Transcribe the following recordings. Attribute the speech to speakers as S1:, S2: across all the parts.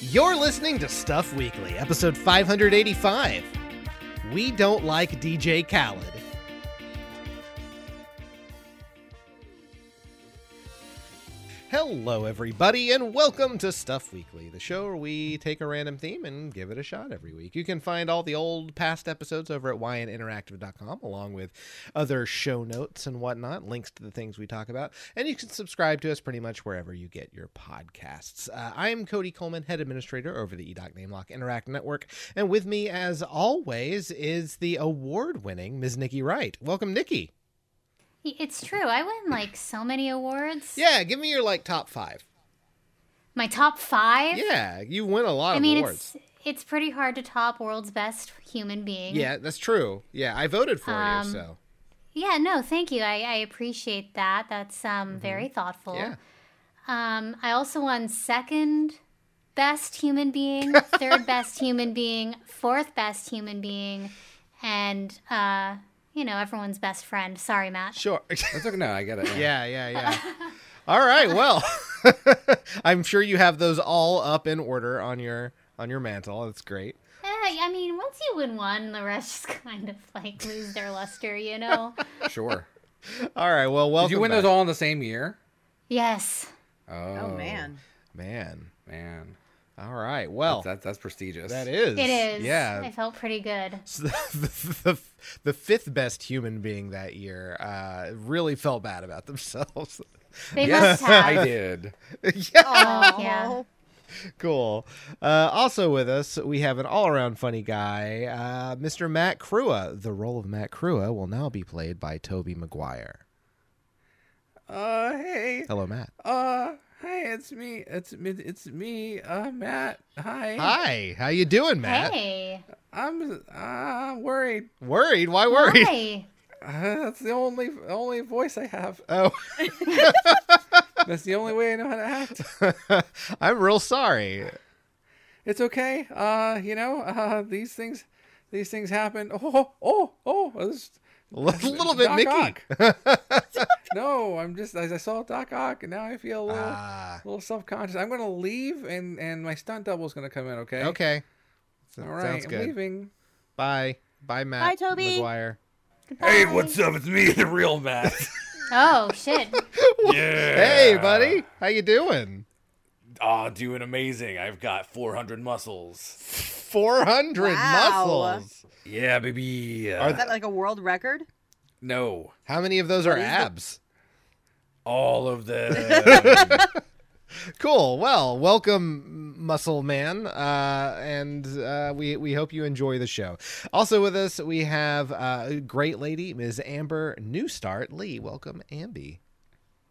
S1: You're listening to Stuff Weekly, episode 585. We don't like DJ Khaled. Hello, everybody, and welcome to Stuff Weekly, the show where we take a random theme and give it a shot every week. You can find all the old past episodes over at yninteractive.com, along with other show notes and whatnot, links to the things we talk about, and you can subscribe to us pretty much wherever you get your podcasts. Uh, I'm Cody Coleman, head administrator over the E EDOC NameLock Interact Network, and with me, as always, is the award-winning Ms. Nikki Wright. Welcome, Nikki.
S2: It's true. I win like so many awards.
S1: Yeah, give me your like top five.
S2: My top five.
S1: Yeah, you win a lot
S2: I
S1: of
S2: mean,
S1: awards.
S2: it's it's pretty hard to top world's best human being.
S1: Yeah, that's true. Yeah, I voted for
S2: Um,
S1: you, so
S2: Yeah. No, thank you. I, I appreciate that. That's um very thoughtful.
S1: Mm-hmm. yeah.
S2: Um, I also won second best human being, third best human being, fourth best human being, and uh, you know everyone's best friend. Sorry, Matt.
S1: Sure.
S3: That's okay. No, I get it.
S1: yeah, yeah, yeah. all right. Well, I'm sure you have those all up in order on your on your mantle. That's great.
S2: Eh, I mean, once you win one, the rest just kind of like lose their luster. You know.
S3: sure.
S1: All right. Well, welcome.
S3: Did you win
S1: back.
S3: those all in the same year?
S2: yes.
S3: Oh,
S4: Oh man.
S1: man.
S3: man,
S1: All right. Well,
S3: that, that's prestigious.
S1: Oh. that is.
S2: It is. I
S1: Yeah.
S2: felt pretty good.
S1: So the, the, the fifth best human being that year uh, really felt bad about themselves.
S2: They
S3: Yes,
S2: must have.
S3: I did.
S1: yeah.
S2: Oh, yeah.
S1: Cool. Uh, also with us, we have an all-around funny guy, uh, Mr. Matt Crua. The role of Matt Crua will now be played by Toby Maguire.
S3: Uh, hey.
S1: Hello, Matt.
S3: Uh, hi. It's me. It's me. It's me. Uh, Matt. Hi.
S1: Hi. How you doing, Matt?
S2: Hey.
S3: I'm uh worried.
S1: Worried? Why worried?
S2: Hi.
S3: Uh, that's the only only voice I have.
S1: Oh,
S3: That's the only way I know how to act.
S1: I'm real sorry.
S3: It's okay. Uh, you know. Uh, these things, these things happen. Oh, oh, oh. oh this,
S1: A li- little bit,
S3: Doc
S1: Mickey.
S3: Ock. no, I'm just as I saw Doc Ock, and now I feel a little,
S1: Ah.
S3: a little self-conscious. I'm gonna leave, and and my stunt double's gonna come in. Okay.
S1: Okay. So-
S3: All right.
S1: Sounds
S3: I'm
S1: good.
S3: leaving.
S1: Bye. Bye, Matt.
S4: Bye, Toby.
S1: Maguire.
S2: Goodbye.
S3: up? It's me, the real Matt.
S2: Oh, shit.
S3: yeah.
S1: Hey, buddy. How you doing?
S3: Oh, doing amazing. I've got 400 muscles.
S1: 400
S4: Wow.
S1: muscles.
S3: Yeah, baby.
S1: Are
S4: Is that like a world record?
S3: no,
S1: How many of those are
S4: is the-
S1: abs?
S3: all of them.
S1: Cool. Well, welcome, Muscle Man, uh, and uh, we we hope you enjoy the show. Also with us, we have uh, a great lady, Ms. Amber Newstart Lee. Welcome, Amby.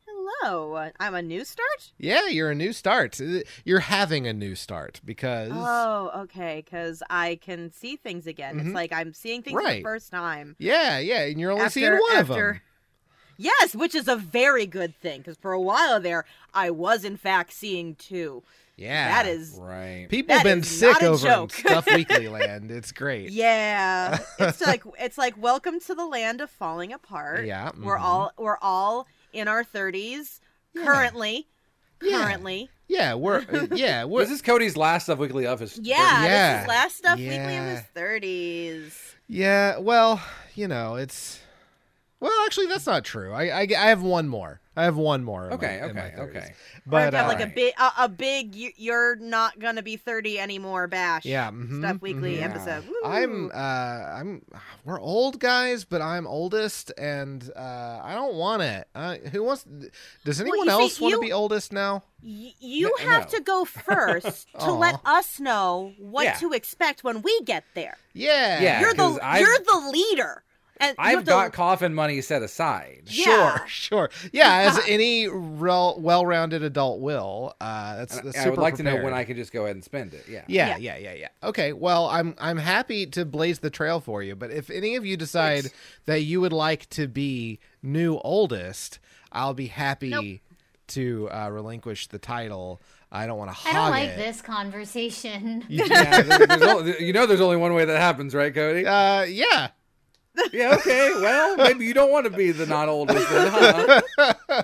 S4: Hello. I'm a new start?
S1: Yeah, you're a new start. Uh, You're having a new start because
S4: Oh, okay. Because I can see things again.
S1: Mhm.
S4: It's like I'm seeing things for
S1: Right.
S4: the first time.
S1: yeah, yeah, and you're only
S4: after,
S1: seeing one of
S4: after-
S1: them.
S4: Yes, which is a very good thing. Because for a while there, I was in fact seeing two.
S1: Yeah,
S4: That is.
S3: right.
S1: people
S4: that
S1: been
S4: is
S1: sick
S4: not a
S1: over in
S4: joke.
S1: Stuff Weekly Land. It's great.
S4: Yeah, it's like it's like welcome to the land of falling apart.
S1: Yeah,
S4: we're
S1: mhm.
S4: all we're all in our thirties
S1: Yeah.
S4: currently.
S1: Yeah.
S4: Currently,
S1: Yeah, we're uh, yeah we're
S3: This is Cody's last of Weekly of his.
S4: yeah,
S1: Yeah.
S4: This is last stuff weekly
S1: Yeah.
S4: in his thirties.
S1: Yeah, well, you know, it's well, actually, that's not true. I I, I have one more. I have one more. in my-
S3: Okay,
S1: in my
S3: okay,
S1: 30s.
S3: okay.
S1: But
S4: Or if you
S1: uh,
S4: have like a
S3: Alright.
S4: big, a, a big. You, you're not gonna be thirty anymore. Bash.
S1: yeah, mhm,
S4: Stuff weekly
S1: mhm.
S3: mm-hmm, yeah.
S4: episode.
S1: I'm
S4: Woo.
S1: uh I'm we're old guys, but I'm oldest, and uh I don't want it. Uh, who wants? Does
S4: Well,
S1: anyone
S4: you see,
S1: else want to
S4: you-
S1: be oldest now?
S4: Y- you
S3: no,
S4: have
S3: no.
S4: to go first to let us know what
S3: Yeah.
S4: to expect when we get there.
S1: Yeah,
S3: Yeah.
S4: You're the
S3: 'cause I've-
S4: you're the leader, and you
S3: I've
S4: have to-
S3: got coffin money set aside.
S4: Yeah.
S1: Sure, sure. Yeah, as any rel- well-rounded adult will. Uh, that's,
S3: And
S1: that's
S3: I
S1: super
S3: would like to know
S1: prepared.
S3: when I can just go ahead and spend it. Yeah.
S1: Yeah, yeah, yeah, yeah. Okay, well, I'm I'm happy to blaze the trail for you, but if any of you decide that you would like to be new oldest, I'll be happy
S4: Nope.
S1: to uh, relinquish the title. I don't want to
S2: I
S1: hog
S2: don't like
S1: it.
S2: this conversation.
S3: Yeah, there- there's only- you know, there's only one way that happens, right, Cody?
S1: Uh, yeah.
S3: Yeah. Okay. Well, maybe you don't want to be the not oldest. Then, huh?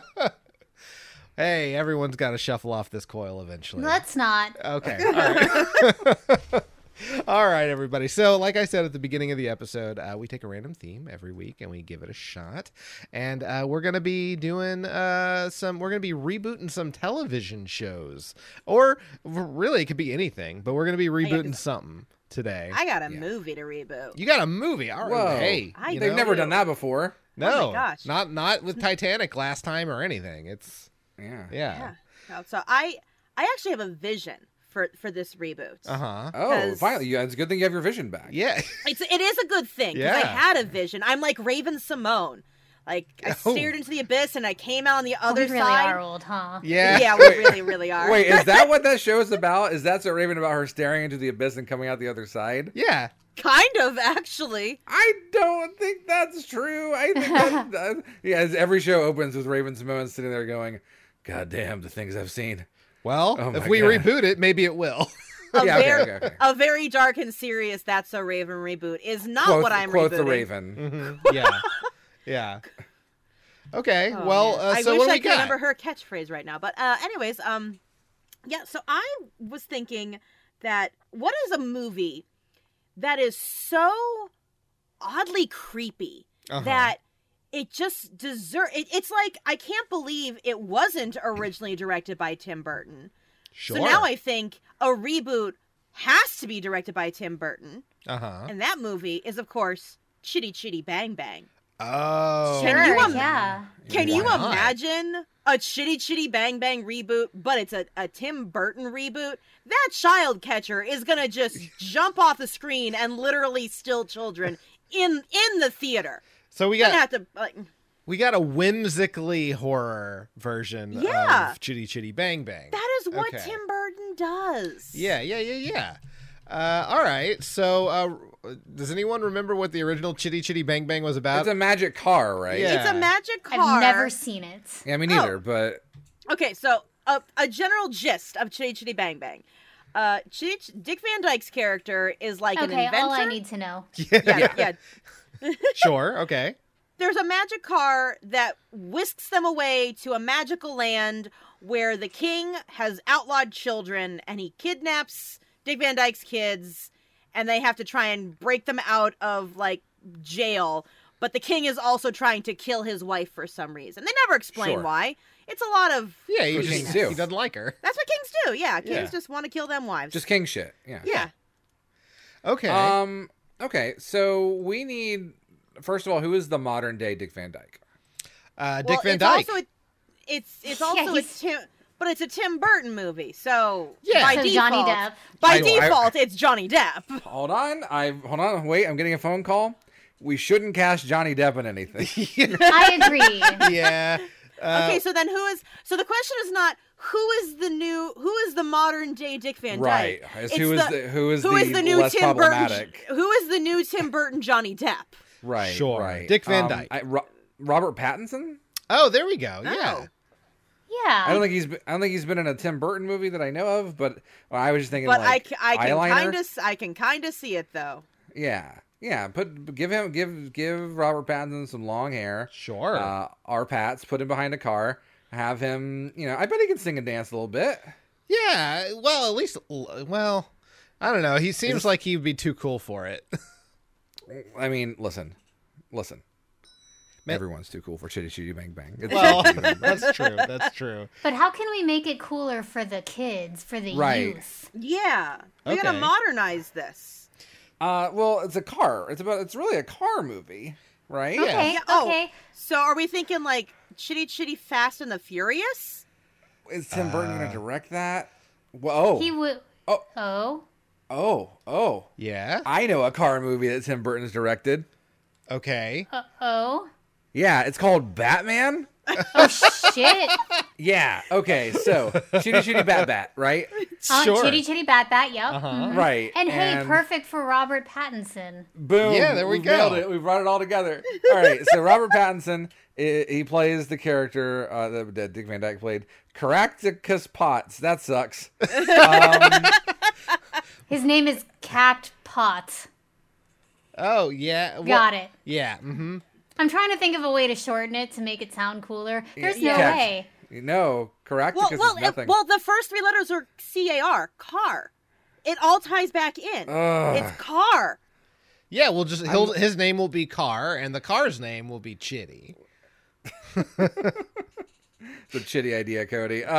S1: Hey, everyone's got to shuffle off this coil eventually.
S2: Let's not.
S1: Okay. All right. All right, everybody. So, like I said at the beginning of the episode, uh, we take a random theme every week and we give it a shot. And uh, we're going to be doing uh, some, we're going to be rebooting some television shows. Or really, it could be anything, but we're going to be rebooting something today.
S4: I got a movie to reboot.
S1: you got a movie. All right.
S3: Whoa.
S1: Hey.
S4: I
S1: you
S4: did
S3: They've
S1: know?
S3: never done that before.
S1: No.
S4: my gosh.
S1: Not, not with Titanic last time or anything. It's,
S3: Yeah.
S1: yeah.
S4: yeah. No, So I I actually have a vision for for this reboot.
S1: Uh huh.
S3: Oh,
S4: 'Cause-
S3: finally, you- it's a good thing you have your vision back.
S1: Yeah.
S4: It's it is a good thing because I
S1: Yeah.
S4: had a vision. I'm like Raven Simone. Like I
S1: Oh.
S4: stared into the abyss and I came out on the other
S2: we really
S4: side.
S2: are old, huh?
S1: Yeah.
S4: Yeah, we really really are.
S3: Wait, is that what that show is about? Is that so Raven about her staring into the abyss and coming out the other side?
S1: Yeah.
S4: kind of actually.
S3: I don't think that's true. I think that, that- yeah, as every show opens with Raven Simone sitting there going, "God damn, the things I've seen."
S1: Well,
S3: Oh
S1: if
S3: my
S1: we
S3: God.
S1: reboot it, maybe it will.
S4: A
S3: yeah, okay,
S4: very
S3: okay, okay.
S4: a very dark and serious that's so Raven reboot is not
S3: Quote,
S4: what I'm
S3: quote
S4: rebooting.
S3: the
S1: Mm,
S3: Raven.
S1: Mm-hmm. yeah. Yeah. Okay.
S4: Oh,
S1: well,
S4: man.
S1: uh,
S4: I
S1: so
S4: wish
S1: what do
S4: I
S1: we
S4: could
S1: got?
S4: remember her catchphrase right now. But uh, anyways, um, yeah. So I was thinking that what is a movie that is so oddly creepy
S1: Uh-huh.
S4: that it just deserve it, it's like I can't believe it wasn't originally directed by Tim Burton.
S1: sure.
S4: So now I think a reboot has to be directed by Tim Burton,
S1: Uh huh.
S4: and that movie is of course Chitty Chitty Bang Bang.
S1: Oh.
S4: Can you
S2: Sure,
S4: im-
S2: yeah.
S4: Can
S1: Why
S4: you
S1: not?
S4: imagine a chitty chitty bang bang reboot, but it's a, a Tim Burton reboot? That child catcher is gonna just jump off the screen and literally steal children in in the theater.
S1: So we
S4: Gonna
S1: got
S4: have to like,
S1: we got a whimsically horror version
S4: Yeah.
S1: of Chitty Chitty Bang Bang.
S4: that is what
S1: Okay.
S4: Tim Burton does.
S1: yeah. Yeah. Yeah. Yeah. Uh, all right. So uh, does anyone remember what the original Chitty Chitty Bang Bang was about?
S3: It's a magic car, right?
S1: Yeah.
S4: It's a magic car.
S2: I've never seen it.
S3: Yeah, me neither. But
S4: Okay, so a, a general gist of Chitty Chitty Bang Bang. Uh, Chitty Ch- Dick Van Dyke's character is like an
S2: okay,
S4: inventor.
S2: all I need to know.
S4: yeah, yeah,
S1: sure. Okay.
S4: there's a magic car that whisks them away to a magical land where the king has outlawed children and he kidnaps Dick Van Dyke's kids and they have to try and break them out of like jail. But the king is also trying to kill his wife for some reason. They never explain
S3: Sure.
S4: why. It's a lot of
S1: Yeah. He,
S3: Which
S1: just-
S3: is
S1: he
S3: too.
S1: doesn't like her.
S4: that's what kings do. Yeah, kings
S1: Yeah.
S4: just want to kill them wives.
S3: just king shit. Yeah.
S4: yeah.
S1: Okay.
S3: Um. Okay. So we need first of all, who is the modern day Dick Van Dyke?
S1: uh, Dick
S4: Well,
S1: Van
S4: it's
S1: Dyke.
S4: Also a, it's it's
S2: Yeah,
S4: also a
S2: he's-
S4: Tim, but it's a Tim Burton movie, so
S1: Yeah.
S4: by
S2: So
S4: default,
S2: Johnny Depp.
S4: By
S3: I- Uh, I-
S4: default, it's Johnny Depp.
S3: Hold on. I hold on. Wait. I'm getting a phone call. We shouldn't cast Johnny Depp in anything.
S2: I agree.
S1: yeah. Uh,
S4: okay, so then who is? So the question is not who is the new, who is the modern day Dick Van Dyke?
S3: right. It's who is the, who is
S4: who
S3: the
S4: is the new
S3: less
S4: Tim Burton?
S3: problematic?
S4: Who is the new Tim Burton Johnny Depp?
S3: Right.
S1: Sure.
S3: Right.
S1: Dick Van
S3: Um,
S1: Dyke.
S3: I- Ro- Robert Pattinson.
S1: Oh, there we go. Yeah.
S4: Oh.
S2: Yeah.
S4: Um,
S3: I don't think he's. Been, I don't think he's been in a Tim Burton movie that I know of. But well, I was just thinking.
S4: But
S3: like,
S4: I, ca- I can
S3: eyeliner.
S4: kind of, I can kind of see it though.
S3: Yeah. Yeah. Put give him give give Robert Pattinson some long hair.
S1: Sure.
S3: Uh, our Pats put him behind a car. Have him. You know. I bet he can sing and dance a little bit.
S1: Yeah, well, at least, well, I don't know. He seems like he'd be too cool for it.
S3: I mean, listen, listen.
S1: Ma-
S3: Everyone's too cool for Chitty Chitty Bang Bang. It's
S1: Well, that's true. That's true.
S2: But how can we make it cooler for the kids, for the
S3: Right.
S2: youth?
S4: Yeah, we
S1: Okay.
S4: gotta modernize this.
S3: uh, well, it's a car. It's about. It's really a car movie, right?
S1: Yeah.
S2: Okay,
S4: Yeah, oh.
S2: okay.
S4: So are we thinking like Chitty Chitty Fast and the Furious?
S3: Is Tim Burton going to direct that? Whoa!
S2: Uh, He would.
S3: Oh.
S2: oh.
S3: oh, oh!
S1: Yeah.
S3: I know a car movie that Tim Burton's directed.
S1: Okay.
S2: Uh oh.
S3: Yeah, it's called Batman.
S2: Oh shit.
S3: Yeah. Okay. So Chitty Chitty Bat Bat, right?
S2: Oh,
S1: Sure.
S2: Chitty chitty bat bat. Yep. mhm.
S3: Uh-huh. Right.
S2: And hey, perfect for Robert Pattinson.
S3: Boom.
S1: Yeah, there we
S3: We've
S1: go.
S3: nailed it. We brought it all together. All right. So Robert Pattinson, i- he plays the character uh, that, that Dick Van Dyke played, Caractacus Potts. That sucks. Um,
S2: His name is Cact Pot.
S1: Oh, yeah. Well,
S2: Got it.
S1: Yeah. Mm-hmm.
S2: I'm trying to think of a way to shorten it to make it sound cooler. There's no
S3: Yeah.
S2: way.
S3: No, Caractacus
S4: Well, well,
S3: is
S4: it-
S3: nothing.
S4: well, the first three letters are C A R, car. It all ties back in.
S3: Ugh.
S4: It's car.
S1: Yeah, we'll just he'll, his name will be Carr, and the car's name will be Chitty.
S3: It's a shitty idea, Cody. Uh,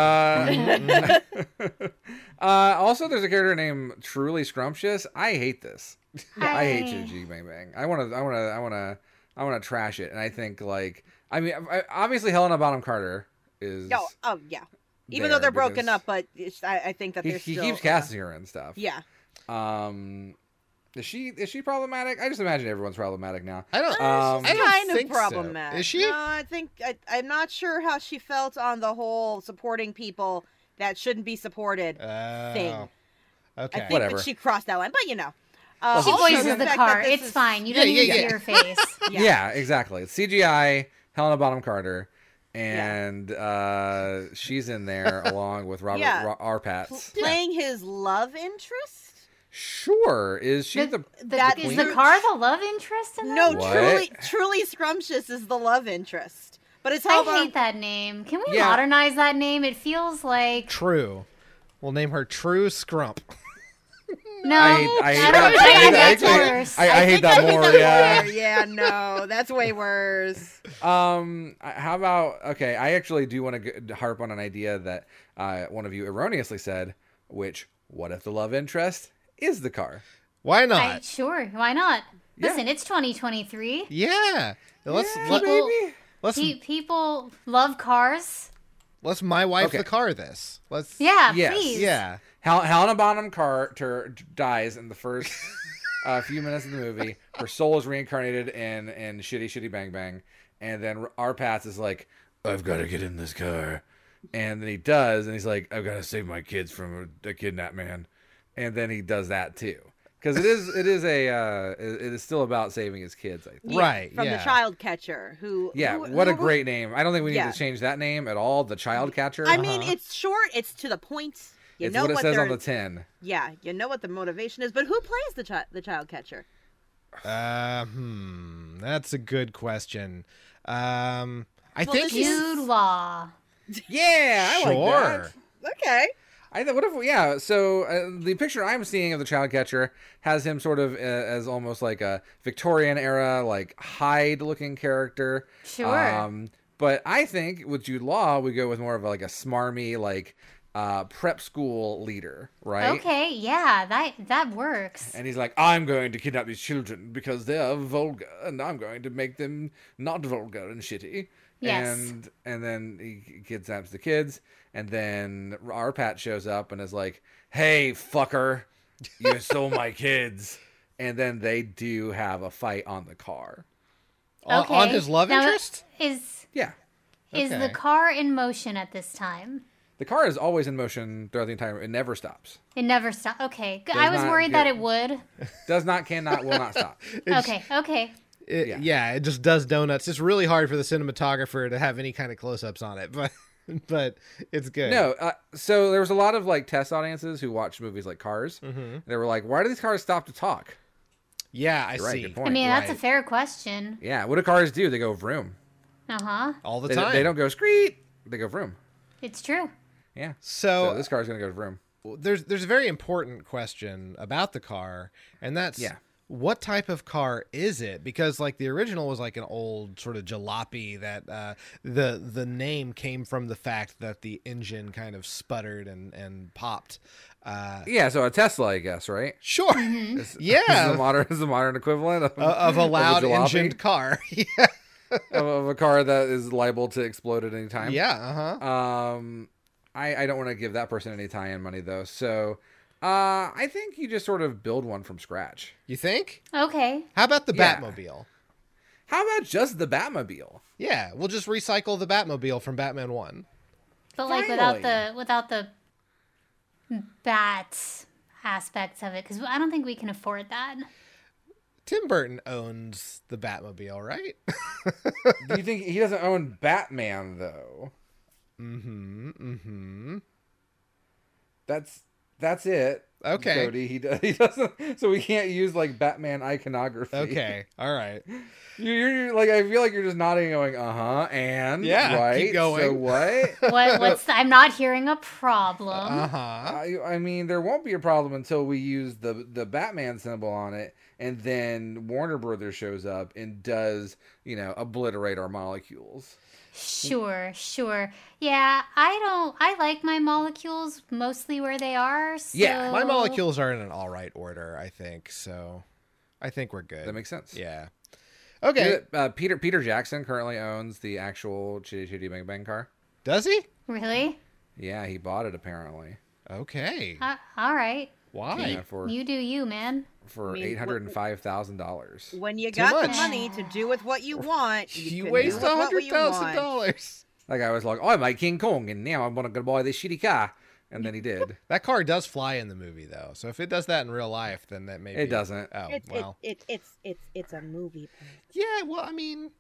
S3: uh, also, there's a character named Truly Scrumptious. I hate this. I hate you, G Bang Bang. I want to. I want to. I want to. I want to trash it. And I think like I mean, I- obviously Helena Bonham Carter is.
S4: No, oh yeah. Even though
S3: there
S4: they're broken
S3: because
S4: up, but it's, I, I think that
S3: He,
S4: they're
S3: he
S4: still.
S3: keeps casting her and stuff.
S4: Yeah.
S3: Um, is she is she problematic? I just imagine everyone's problematic now.
S1: I don't.
S3: Um,
S1: Uh, I don't
S4: kind of
S1: think so.
S4: problematic.
S1: Is she?
S4: No, I think I, I'm not sure how she felt on the whole supporting people that shouldn't be supported
S1: Oh,
S4: thing. I
S1: Okay.
S4: think
S3: Whatever.
S4: that she crossed that line, but you know,
S3: Well,
S4: uh,
S2: She
S4: also
S2: voices the
S4: fact
S2: car.
S4: that this
S2: It's
S4: is-
S2: fine. You
S1: Yeah,
S2: don't
S1: yeah,
S2: need to
S1: yeah.
S2: see her face.
S4: Yeah.
S3: Yeah, exactly. It's CGI Helena Bonham Carter, and uh, she's in there along with Robert
S4: Yeah.
S3: Ra- Arpats.
S4: Playing his love interest?
S3: Sure, is she the,
S2: The-
S4: that
S2: is
S3: queen?
S2: the car the love interest in
S4: No,
S2: that?
S3: What?
S4: truly, truly scrumptious is the love interest, but it's
S2: I
S4: Helena.
S2: hate that name. Can we
S3: Yeah.
S2: modernize that name? It feels like
S1: True. We'll name her True Scrump.
S2: no.
S3: I hate, I hate
S2: don't
S3: that.
S2: think
S3: I hate
S2: that's
S3: that. I-
S2: worse.
S3: I, I hate
S4: think
S3: that
S4: hate
S3: more.
S4: that
S3: yeah.
S4: more. yeah, no, that's way worse.
S3: Um. I- How about okay? I actually do want to harp on an idea that uh, one of you erroneously said, which what if the love interest is the car?
S1: Why not?
S2: I- sure. Why not?
S3: Yeah.
S2: Listen, it's 2023.
S1: Yeah. Let's
S3: Yeah,
S1: let,
S2: People,
S3: baby.
S1: let's
S2: pe- people love cars.
S1: let's my wife
S3: Okay.
S1: the car this. Let's
S2: Yeah,
S3: Yes.
S2: please.
S1: yeah.
S3: Hel- Helena Bonham Carter dies in the first uh, few minutes of the movie. Her soul is reincarnated in in shitty, shitty, bang, bang. And then Arpats is like, "I've got to get in this car," and then he does, and he's like, "I've got to save my kids from a, a kidnapped man," and then he does that too. Because it is, it is a, uh, it it is still about saving his kids. I think.
S4: Yeah,
S1: Right,
S4: from
S1: yeah.
S4: the child catcher who.
S3: Yeah,
S4: who-
S3: what a
S4: who was-
S3: great name! I don't think we need
S4: Yeah.
S3: to change that name at all. The child catcher.
S4: I mean,
S1: Uh-huh.
S4: it's short. It's to the point. You
S3: it's
S4: know
S3: what it says
S4: they're
S3: on the tin.
S4: yeah. You know what the motivation is, but who plays the child the child catcher?
S1: Uh, hmm. That's a good question. Um, I
S4: Well,
S1: think
S4: this is-
S2: Jude Law.
S3: Yeah, I
S1: sure.
S3: like that.
S4: Okay.
S3: I thought, what if, yeah, so uh, the picture I'm seeing of the child catcher has him sort of uh, as almost like a Victorian era, like Hyde looking character.
S2: Sure.
S3: Um, but I think with Jude Law, we go with more of like a smarmy, like uh, prep school leader, right?
S2: Okay, yeah, that that works.
S3: And he's like, I'm going to kidnap these children because they're vulgar, and I'm going to make them not vulgar and shitty.
S2: Yes.
S3: And and then he kidnaps the kids, and then Arpat shows up and is like, "Hey, fucker, you stole my kids." And then they do have a fight on the car.
S1: On,
S2: okay.
S1: on his love
S2: Now,
S1: interest?
S2: Is
S3: Yeah,
S2: is the
S1: Okay.
S2: car in motion at this time?
S3: the car is always in motion throughout the entire. It never stops.
S2: It never stops. Okay, good.
S3: Does
S2: I was
S3: not
S2: worried
S3: get-
S2: that it would.
S3: Does not, cannot, will not stop.
S1: It's-
S2: okay, okay.
S1: It, yeah.
S3: Yeah.
S1: it just does donuts. It's really hard for the cinematographer to have any kind of close-ups on it, but but it's good.
S3: No, uh, so there was a lot of like test audiences who watched movies like Cars. And they were like, "Why do these cars stop to talk?"
S1: Yeah, I
S3: You're right,
S1: see.
S3: good
S2: I
S3: point.
S2: mean, that's a
S1: right.
S2: fair question.
S3: Yeah, what do cars do? They go vroom.
S2: Uh huh.
S1: All the
S3: They,
S1: time.
S3: they don't go screet. They go vroom.
S2: It's true.
S3: Yeah. So
S1: So,
S3: this car's gonna go vroom.
S1: there's there's a very important question about the car, and that's
S3: Yeah.
S1: what type of car is it? Because like the original was like an old sort of jalopy that uh, the the name came from the fact that the engine kind of sputtered and and popped. Uh,
S3: Yeah. So a Tesla, I guess, right?
S1: sure,
S3: Is
S1: Mm-hmm. yeah, Uh,
S3: the modern is the modern equivalent Mm-hmm. of,
S1: of a loud
S3: jalopy?
S1: engined car. yeah,
S3: of, of a car that is liable to explode at any time.
S1: yeah, uh huh.
S3: Um, I I don't want to give that person any tie-in money though. So, uh, I think you just sort of build one from scratch.
S1: You think?
S2: Okay.
S1: How about the
S3: Yeah.
S1: Batmobile?
S3: How about just the Batmobile?
S1: Yeah, we'll just recycle the Batmobile from Batman One.
S2: But like without the without the bats aspects of it, because I don't think we can afford that.
S1: Tim Burton owns the Batmobile, right?
S3: do you think he doesn't own Batman though?
S1: mm-hmm. Mm-hmm.
S3: That's that's it.
S1: Okay.
S3: Cody. He, does, he doesn't. So we can't use like Batman iconography.
S1: Okay. All right.
S3: You- You're, you're like I feel like you're just nodding, and going, uh huh, and
S1: Yeah, keep
S3: right. So
S1: going.
S3: what?
S2: What, what's the, I'm not hearing a problem.
S3: Uh-huh.
S1: Uh huh.
S3: I, I mean, there won't be a problem until we use the the Batman symbol on it, and then Warner Brothers shows up and does you know obliterate our molecules.
S2: Sure, sure. Yeah, I don't. I like my molecules mostly where they are. So
S3: Yeah,
S4: Uh,
S1: My molecules are in an all right order, I think. So, I think we're good.
S3: That makes sense.
S1: Yeah.
S3: You know
S1: Okay.
S3: that, Uh, Peter Peter Jackson currently owns the actual Chitty Chitty Bang Bang car.
S1: Does he?
S2: Really?
S3: Yeah, he bought it apparently.
S1: Okay.
S2: Uh, all right.
S1: Why?
S3: Yeah, for
S2: You do you, man.
S3: for
S4: mean,
S3: eight hundred and five thousand dollars.
S4: When you
S1: Too
S4: got the
S1: much.
S4: money to do with what you want, you,
S1: You
S4: can
S1: waste
S4: do
S1: a
S4: with what
S1: hundred
S4: you
S1: thousand
S4: want.
S1: dollars.
S3: That guy was like, "I'm a King Kong, and now I'm gonna go buy this shitty car," and then he did.
S1: That car does fly in the movie, though. So if it does that in real life, then that may
S3: It
S1: be-
S3: doesn't.
S1: Oh
S4: It, it,
S1: well.
S4: it, it's it's it's a movie.
S1: yeah. Well, I mean,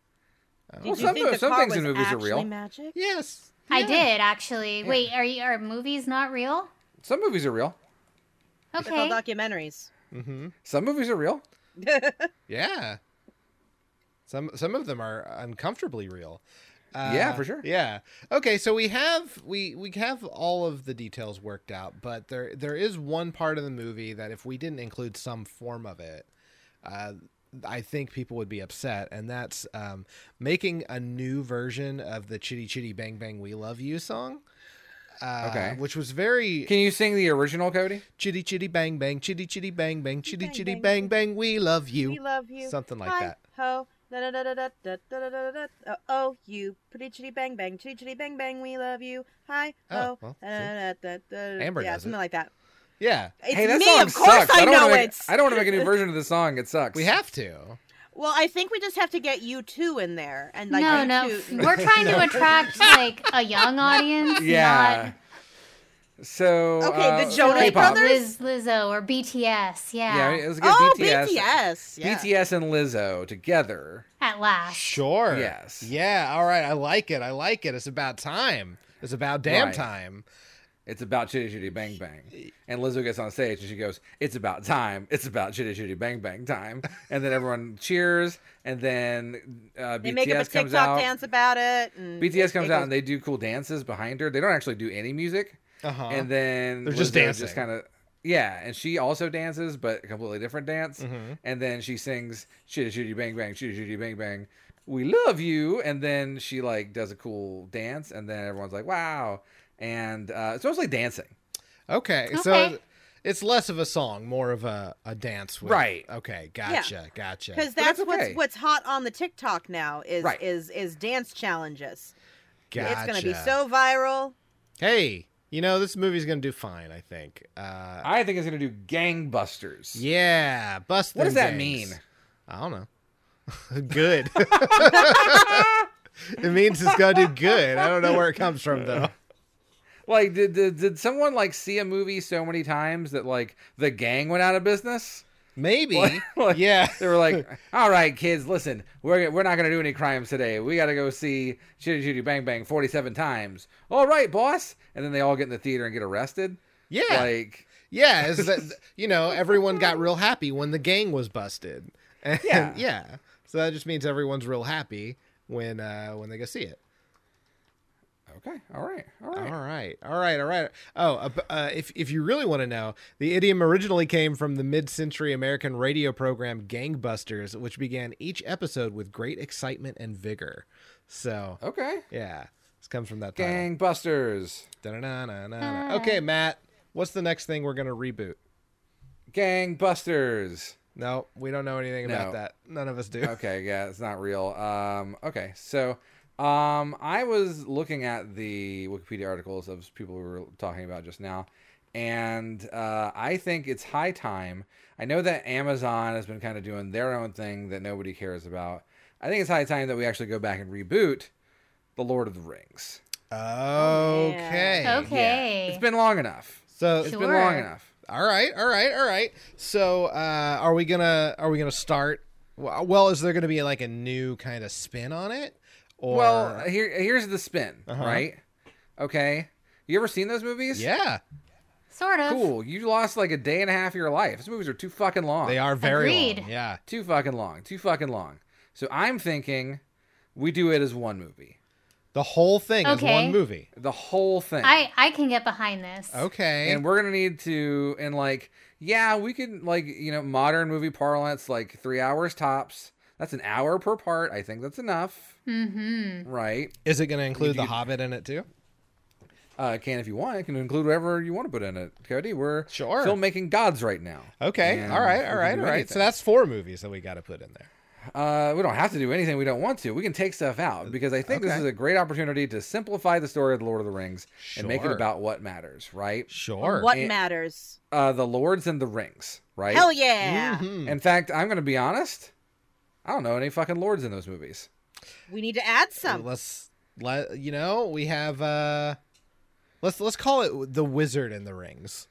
S4: Did
S3: Well,
S4: you
S3: some-
S4: think the
S3: some
S4: car
S3: things in
S4: was
S3: movies are
S4: actually
S3: real.
S4: Magic?
S1: yes.
S2: I
S1: yeah.
S2: did actually. Wait, are you, are movies not real?
S3: Some movies are real.
S4: They're called
S2: Okay.
S4: documentaries.
S1: Mhm.
S3: Some movies are real.
S1: Yeah. Some some of them are uncomfortably real. Uh,
S3: Yeah, for sure.
S1: Yeah. Okay, so we have we we have all of the details worked out, but there there is one part of the movie that if we didn't include some form of it, uh, I think people would be upset, and that's um, making a new version of the "Chitty Chitty Bang Bang We Love You" song. Uh,
S3: Okay.
S1: Which was very
S3: Can you sing the original, Cody?
S1: chitty chitty bang bang, chitty chitty bang bang, chitty
S4: Bang,
S1: chitty
S4: bang,
S1: bang bang, we love you.
S4: We love you.
S1: Something like
S4: Hi,
S1: that.
S4: Ho. Da, da, da, da, da, da, da, da, da, da. Oh, you pretty chitty bang bang, chitty chitty bang bang, we love you. Hi,
S1: Oh,
S4: ho.
S1: well,
S4: da, da, da, da, da.
S1: Amber
S4: yeah,
S1: knows
S4: something
S1: it.
S4: like that.
S1: Yeah.
S4: It's
S3: hey, that
S4: me,
S3: song
S4: of course
S3: sucks.
S4: I,
S3: don't wanna
S4: know
S3: make,
S4: it.
S3: I don't want to make a new version of the song. It sucks.
S1: We have to.
S4: Well, I think we just have to get you two in there and like
S2: no,
S4: you
S2: no.
S4: two-
S2: We're trying to attract like a young audience.
S3: Yeah. So
S4: Okay, the
S3: uh,
S2: Not,
S4: Jonas
S2: like,
S3: K-pop.
S4: Brothers?
S2: Liz, Lizzo or BTS.
S3: Yeah,
S2: Yeah.
S3: it was good.
S4: Oh,
S3: BTS.
S4: BTS. Yeah.
S3: BTS and Lizzo together.
S2: At last.
S1: Sure.
S3: Yes.
S1: Yeah. All right. I like it. I like it. It's about time. It's about damn
S3: Right.
S1: time.
S3: It's about chitty chitty bang bang. And Lizzo gets on stage and she goes, It's about time. It's about chitty chitty bang bang time. And then everyone cheers. And then uh,
S4: They
S3: BTS
S4: make up a
S3: comes
S4: TikTok
S3: out.
S4: dance about it. And
S3: BTS
S4: it-
S3: comes
S4: it
S3: out
S4: goes-
S3: and they do cool dances behind her. They don't actually do any music.
S1: Uh huh.
S3: And then
S1: They're just
S3: Lizzo
S1: dancing.
S3: Just kind of. Yeah, and she also dances, but a completely different dance.
S1: Mm-hmm.
S3: And then she sings chitty chitty bang bang, chitty chitty bang bang, we love you. And then she like does a cool dance, and then everyone's like, wow. And uh, it's mostly dancing.
S1: okay. So
S2: Okay.
S1: it's less of a song, more of a, a dance. With,
S3: Right.
S1: Okay. Gotcha. Gotcha.
S4: because
S3: that's
S4: that's,
S3: okay.
S4: what's what's hot on the TikTok now is
S3: Right.
S4: is is dance challenges.
S1: Gotcha.
S4: It's gonna be so viral.
S1: Hey, you know this movie's gonna do fine. I think. Uh,
S3: I think it's gonna do gangbusters.
S1: yeah. Bust.
S3: What does
S1: them
S3: that
S1: bangs.
S3: mean?
S1: I don't know. good. it means it's gonna do good. I don't know where it comes from though.
S3: Like, did, did did someone like see a movie so many times that like the gang went out of business?
S1: Maybe.
S3: Like,
S1: yeah.
S3: They were like, "All right, kids, listen, we're we're not gonna do any crimes today. We gotta go see Chitty Chitty Bang Bang forty seven times. All right, boss." And then they all get in the theater and get arrested.
S1: Yeah.
S3: Like,
S1: Yeah, is that you know everyone got real happy when the gang was busted. And,
S3: Yeah.
S1: yeah. So that just means everyone's real happy when uh when they go see it.
S3: okay, all right,
S1: All
S3: all right.
S1: right, all right, all right. Oh, uh, b- uh, if if you really want to know, the idiom originally came from the mid-century American radio program Gangbusters, which began each episode with great excitement and vigor. So
S3: okay,
S1: yeah, this comes from that title.
S3: gangbusters, Ah.
S1: Da-da-na-na-na-na. Okay, Matt, what's the next thing we're gonna reboot?
S3: gangbusters.
S1: No, we don't know anything about
S3: No.
S1: that. None of us do.
S3: okay, yeah, it's not real. Um, okay, so um, I was looking at the Wikipedia articles of people we were talking about just now, and uh, I think it's high time. I know that Amazon has been kind of doing their own thing that nobody cares about. I think it's high time that we actually go back and reboot the Lord of the Rings.
S1: Okay.
S4: Yeah.
S2: Okay.
S3: It's been long enough.
S1: So
S3: It's been long
S2: Sure.
S3: enough.
S1: all right, all right, all right. So uh, are we gonna are we gonna start? Well, well, is there gonna be like a new kind of spin on it? Or
S3: Well, here here's the spin, right? Okay. You ever seen those movies?
S1: yeah,
S2: Sort of.
S3: Cool. You lost like a day and a half of your life. These movies are too fucking long.
S1: They are very
S2: Agreed.
S1: long. Yeah.
S3: Too fucking long. Too fucking long. So I'm thinking we do it as one movie.
S1: The whole thing is
S2: Okay.
S1: one movie.
S3: The whole thing.
S2: I I can get behind this.
S1: Okay.
S3: and we're gonna need to and like yeah we can like you know modern movie parlance like three hours tops that's an hour per part i think that's enough
S2: Mm-hmm.
S3: right
S1: is it going to include The
S3: you-
S1: Hobbit in it too?
S3: uh can if you want it can include whatever you want to put in it cody we're
S1: Sure.
S3: filmmaking gods right now
S1: Okay.
S3: And
S1: all right.
S3: we
S1: All
S3: can
S1: right.
S3: do
S1: All right.
S3: anything.
S1: So that's four movies that we got to put in there.
S3: uh we don't have to do anything we don't want to we can take stuff out because i think this
S1: Uh, Okay.
S3: is a great opportunity to simplify the story of the lord of the rings and make it
S1: Sure.
S3: about what matters right
S1: Sure.
S4: What
S3: And-
S4: matters?
S3: uh the lords and the rings right Mm-hmm.
S4: Hell yeah!
S1: Mhm.
S3: in fact i'm gonna be honest i don't know any fucking lords in those movies
S4: We need to
S3: Uh,
S4: add some.
S1: Let's let you know we have. uh Let's let's call it the Wizard and the Rings.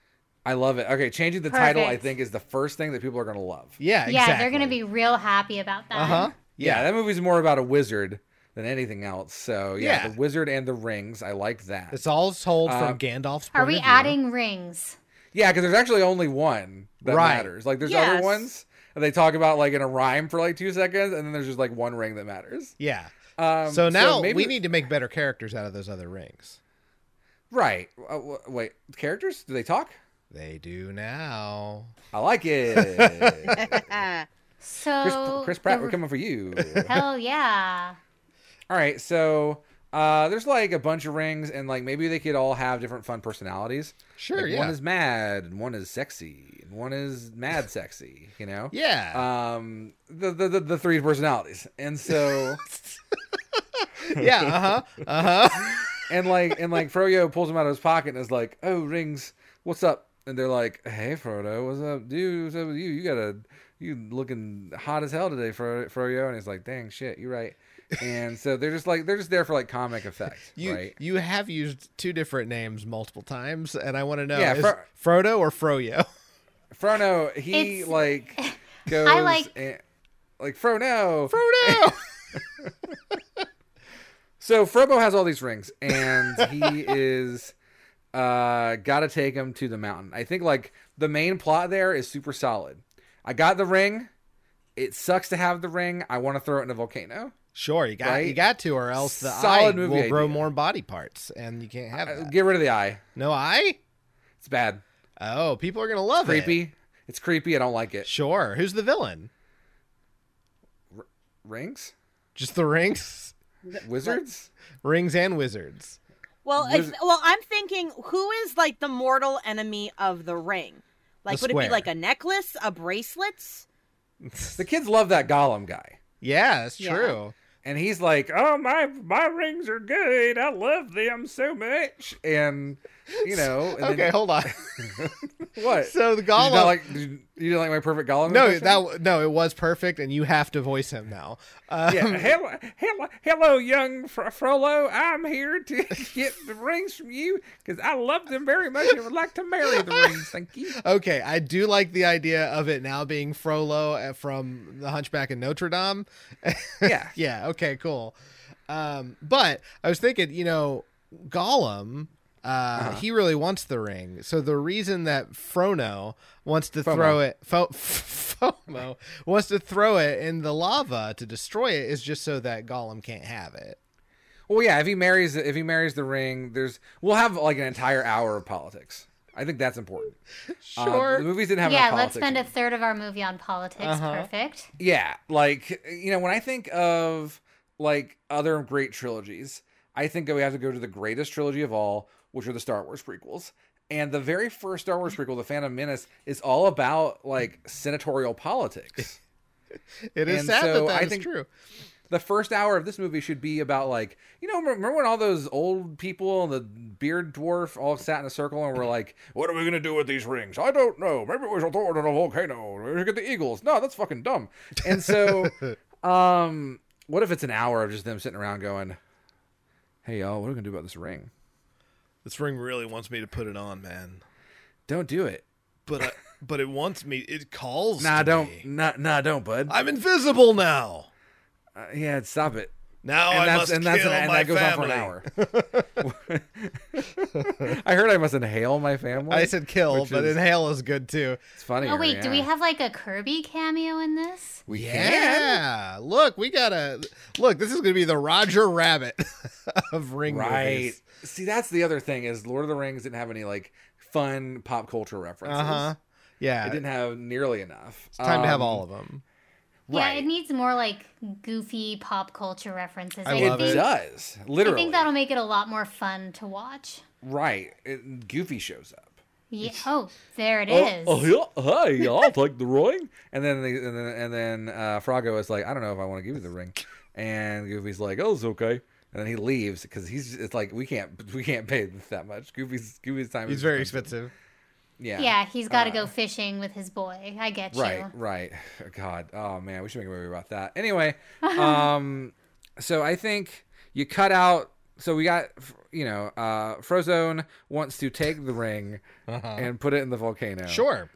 S3: I love it. Okay, changing the title I
S2: Perfect.
S3: think is the first thing that people are going to love.
S1: Yeah.
S2: Yeah,
S1: Exactly.
S2: they're gonna be real happy about that.
S1: Uh huh.
S3: Yeah.
S1: Yeah.
S3: that movie's more about a wizard than anything else. So yeah,
S1: Yeah.
S3: the wizard and the rings. I like that.
S1: It's all told
S3: Uh,
S1: from Gandalf's. Point
S2: Are we
S1: of view.
S2: adding rings?
S3: yeah, because there's actually only one that
S1: Right.
S3: matters. Like there's other
S4: Yes.
S3: ones that they talk about like in a rhyme for like two seconds, and then there's just like one ring that matters.
S1: Yeah.
S3: Um,
S1: so now we need to make better characters out of those other rings.
S3: right. Uh, w- wait, characters? Do they talk?
S1: They do now.
S3: I like it.
S4: Ah.
S3: Chris,
S2: So
S3: Chris Pratt,
S2: the-
S3: we're coming for you.
S2: Hell yeah!
S3: All right, so uh, there's like a bunch of rings, and like maybe they could all have different fun personalities.
S1: Sure.
S3: Like,
S1: yeah.
S3: One is mad, and one is sexy, and one is mad sexy. You know.
S1: yeah.
S3: Um, the the the, the three personalities, and so
S1: yeah. Uh huh. Uh huh.
S3: and like and like Froyo pulls them out of his pocket and is like, "Oh, rings, what's up?" And they're like, "Hey, Frodo, what's up, dude? What's up with you? You got a you looking hot as hell today, Fro- Froyo." And he's like, "Dang, shit, you're right." And so they're just like they're just there for like comic effect,
S1: You
S3: right?
S1: you have used two different names multiple times, and I want to know
S3: Yeah,
S1: is
S3: Fro-
S1: Frodo or Froyo.
S3: Frono, he
S2: It's-
S3: like goes
S2: like-
S3: and, like Frono.
S1: Frodo.
S3: so Frobo has all these rings, and he is uh gotta take him to the mountain. I think like the main plot there is super solid. I got the ring. It sucks to have the ring. I want to throw it in a volcano.
S1: sure, you got you
S3: Right?
S1: got to, or else the
S3: Solid
S1: eye
S3: movie
S1: will grow
S3: idea.
S1: more body parts, and you can't have
S3: Uh,
S1: that.
S3: Get rid of the eye.
S1: No eye.
S3: It's bad.
S1: Oh, people are gonna love it.
S3: Creepy. It's creepy. I don't like it.
S1: Sure. Who's the villain?
S3: Rings?
S1: Just the rings,
S3: Wizards?
S1: rings and wizards.
S4: Well,
S3: Wiz-
S4: it's- well, I'm thinking who is like the mortal enemy of the ring? Like,
S1: The
S4: would it
S1: square.
S4: be like a necklace, a bracelet?
S3: The kids love that Gollum guy.
S1: Yeah, that's
S4: Yeah.
S1: true.
S3: and he's like, "Oh my, my rings are good. I love them so much." And you know, and
S1: Okay,
S3: then,
S1: hold on.
S3: what?
S1: so the
S3: did you
S1: Gollum.
S3: not like? Did you, you didn't like my perfect Gollum?
S1: no,
S3: impression?
S1: that w- no, it was perfect, and you have to voice him now. Um,
S3: Yeah, hello, hello, hello, young Fro- Frollo. I'm here to get the rings from you because I love them very much and would like to marry the rings. Thank you.
S1: Okay, I do like the idea of it now being Frollo uh, from The Hunchback in Notre Dame.
S3: Yeah,
S1: yeah, okay, cool. Um, but I was thinking, you know, Gollum, uh,
S5: Uh-huh.
S1: he really wants the ring. So the reason that Frono wants to throw it, fo- FOMO, wants to throw it in the lava to destroy it is just so that Gollum can't have it.
S3: Well, yeah. If he marries, if he marries the ring, there's we'll have like an entire hour of politics. I think that's important. Um,
S5: Uh,
S1: Sure.
S3: the movies didn't have enough
S2: Yeah, let's
S3: politics in
S2: spend a
S3: them.
S2: third of our movie on politics.
S1: Uh-huh.
S2: Perfect.
S3: Yeah, like you know, when I think of like other great trilogies, I think that we have to go to the greatest trilogy of all, which are the Star Wars prequels. And the very first Star Wars prequel, The Phantom Menace, is all about like senatorial politics.
S1: It is
S3: And
S1: sad
S3: so
S1: that that
S3: I
S1: is
S3: think-
S1: true.
S3: the first hour of this movie should be about like you know remember when all those old people and the beard dwarf all sat in a circle and were like what are we going to do with these rings i don't know maybe we shall throw it in a volcano we should get the eagles no that's fucking dumb and so um what if it's an hour of just them sitting around going hey y'all what are we going to do about this ring
S5: This ring really wants me to put it on, man.
S3: don't do it
S5: But I, but it wants me. It calls.
S3: nah
S5: to
S3: don't
S5: me.
S3: nah, nah don't bud
S5: I'm invisible now.
S3: Uh, yeah stop it
S1: Oh,
S5: Now
S3: and
S5: I
S3: that's
S5: must
S3: and that's
S5: kill
S3: and
S5: my
S3: that goes
S5: family.
S3: on for an hour. I heard I must inhale my family.
S1: I said kill,
S3: Which
S1: but
S3: is-
S1: inhale is good too.
S3: it's funny.
S2: Oh wait, do we have like a Kirby cameo in this?
S3: We can.
S1: Yeah, look, we gotta look. This is gonna be the Roger Rabbit of ring
S3: right.
S1: movies.
S3: See, that's the other thing is Lord of the Rings didn't have any like fun pop culture references.
S1: Uh huh.
S3: It
S1: Yeah,
S3: didn't have nearly enough. Um,
S1: it's time to have all of them.
S2: Yeah,
S3: Right.
S2: it needs more like goofy pop culture references.
S1: I
S2: I,
S1: love
S2: think,
S1: it.
S3: does
S2: I
S3: literally.
S2: think that'll make it a lot more fun to watch.
S3: right. It, Goofy shows up.
S2: Yeah. Oh, there it
S3: Oh,
S2: is.
S3: Oh, yeah, hi, I'll take the ring. And then, the, and then, and then uh, Froggo is like, I don't know if I want to give you the ring. And Goofy's like, Oh, it's okay. And then he leaves because he's it's like we can't we can't pay that much. Goofy's Goofy's time.
S1: He's
S3: is
S1: very expensive.
S3: Yeah.
S2: Yeah, he's got to
S3: Uh,
S2: go fishing with his boy. I get you.
S3: Right. Right. God. Oh man, we should make a movie about that. Anyway, um, so I think you cut out. So we got you know, uh, Frozone wants to take the ring and put it in the volcano.
S1: Uh-huh. Sure.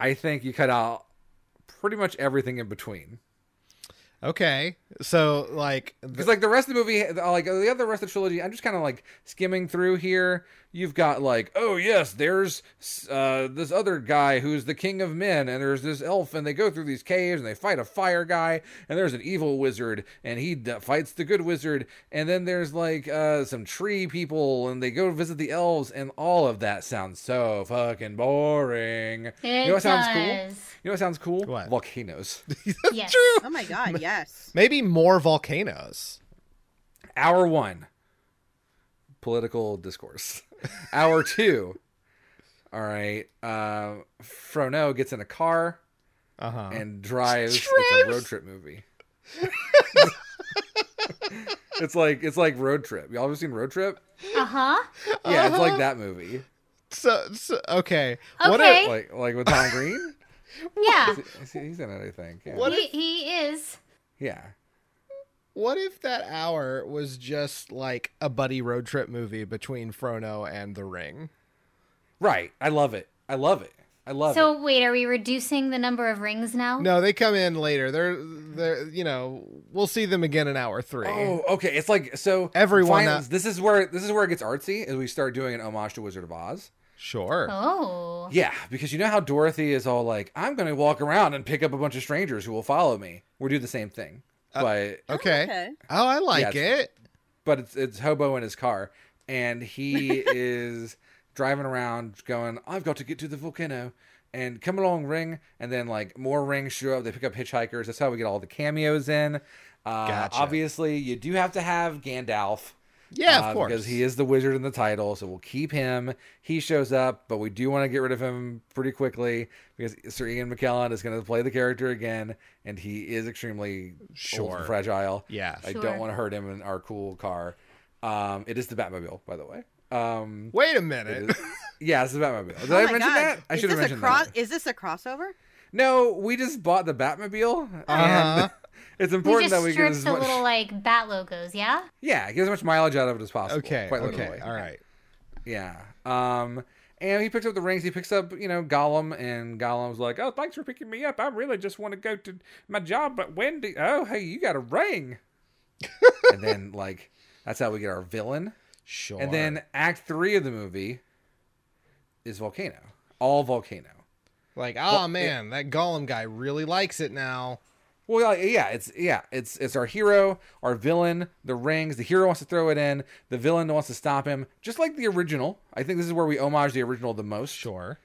S3: I think you cut out pretty much everything in between.
S1: Okay. So like, the-
S3: Because like the rest of the movie, like the other rest of the trilogy, I'm just kind of like skimming through here. You've got like, oh yes, there's uh, this other guy who's the king of men, and there's this elf, and they go through these caves and they fight a fire guy, and there's an evil wizard, and he d- fights the good wizard, and then there's like uh, some tree people, and they go visit the elves, and all of that sounds so fucking boring.
S2: It
S3: you know what sounds cool?
S2: does.
S3: You know what sounds cool?
S1: What?
S3: Volcanoes.
S2: Yes.
S4: Oh my god, yes.
S1: maybe more volcanoes.
S3: Hour one, political discourse. Hour two, all right. Uh, Frono gets in a car
S1: Uh huh.
S3: and drives. It's a road trip movie. it's like it's like road trip. Y'all ever seen Road Trip?
S2: Uh huh.
S3: Yeah, it's like that movie,
S1: So, so okay. What
S2: Okay.
S1: if,
S3: like like with Tom Green.
S2: Yeah.
S3: He's he's in it, I think. Yeah.
S1: What
S2: he,
S1: if-
S2: he is.
S3: yeah.
S1: what if that hour was just like a buddy road trip movie between Frono and The Ring?
S3: Right. I love it. I love it. I love it.
S2: So wait, are we reducing the number of rings now?
S1: No, they come in later. They're they're you know we'll see them again in hour three.
S3: Oh, okay. It's like so.
S1: Everyone
S3: finally-
S1: that-
S3: this is where this is where it gets artsy. Is we start doing an homage to Wizard of Oz.
S1: Sure.
S2: Oh.
S3: Yeah, because you know how Dorothy is all like, "I'm going to walk around and pick up a bunch of strangers who will follow me." We do the same thing,
S1: Uh,
S3: but
S1: Okay.
S4: Okay.
S1: Oh, I like
S3: Yes.
S1: it.
S3: but it's it's Hobo in his car, and he is driving around going, "I've got to get to the volcano." And come along, ring, and then like more rings show up. They pick up hitchhikers. That's how we get all the cameos in. Uh,
S1: Gotcha.
S3: Obviously, you do have to have Gandalf.
S1: Yeah,
S3: uh,
S1: of course.
S3: Because he is the wizard in the title, so we'll keep him. He shows up, but we do want to get rid of him pretty quickly because Sir Ian McKellen is going to play the character again, and he is extremely old and
S1: Sure.
S3: fragile.
S1: Yeah.
S3: I
S2: Sure.
S3: don't want to hurt him in our cool car. Um, it is the Batmobile, by the way. Um,
S1: Wait a minute.
S3: yeah, it's the Batmobile. Did
S4: oh
S3: I
S4: my
S3: mention
S4: god.
S3: that? I
S4: Is
S3: should have
S4: this a
S3: mentioned
S4: cross-
S3: that.
S4: Is this a crossover?
S3: No, we just bought the Batmobile,
S1: Uh-huh.
S3: and it's
S2: We
S3: important
S2: just
S3: that we get
S2: stripped
S3: as
S2: the
S3: much.
S2: little like bat logos, yeah?
S3: Yeah, get as much mileage out of it as possible.
S1: okay.
S3: quite
S1: Okay.
S3: literally.
S1: All right.
S3: Yeah. Um and he picks up the rings. He picks up, you know, Gollum, and Gollum's like, "Oh, thanks for picking me up. I really just want to go to my job." But Wendy, oh, hey, you got a ring. and then, like, that's how we get our villain.
S1: Sure.
S3: And then Act Three of the movie is volcano, all volcano.
S1: like, oh man, that Gollum guy really likes it now.
S3: Well, yeah, yeah, it's yeah, it's it's our hero, our villain, the rings. The hero wants to throw it in. The villain wants to stop him, just like the original. I think this is where we homage the original the most.
S1: Sure.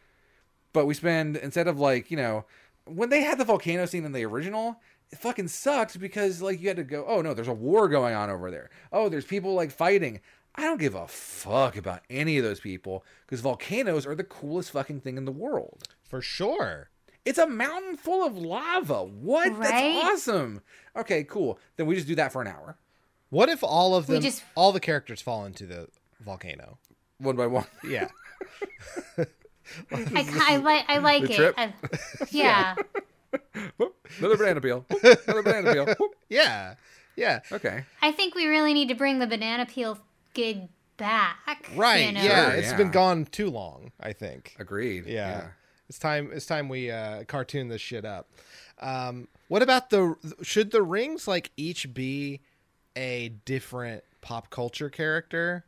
S3: but we spend instead of like you know when they had the volcano scene in the original it fucking sucked because like you had to go oh no there's a war going on over there oh there's people like fighting i don't give a fuck about any of those people because volcanoes are the coolest fucking thing in the world
S1: For sure.
S3: it's a mountain full of lava what
S2: Right?
S3: that's awesome okay cool then we just do that for an hour
S1: What if all of
S2: We
S1: them,
S2: just-
S1: all the characters fall into the volcano?
S3: one by one
S1: Yeah.
S2: I, ki- I, li- I like
S3: The
S2: it.
S3: trip?
S2: I- yeah.
S3: Whoop, another banana peel Whoop, another banana peel Whoop.
S1: yeah. Yeah.
S3: okay
S2: I think we really need to bring the banana peel gig back.
S1: Right.
S2: You know?
S1: Yeah.
S3: Sure,
S1: It's
S3: yeah.
S1: been gone too long. I think.
S3: agreed
S1: Yeah. It's time. It's time we uh, cartoon this shit up. Um, what about the? Should the rings like each be a different pop culture character.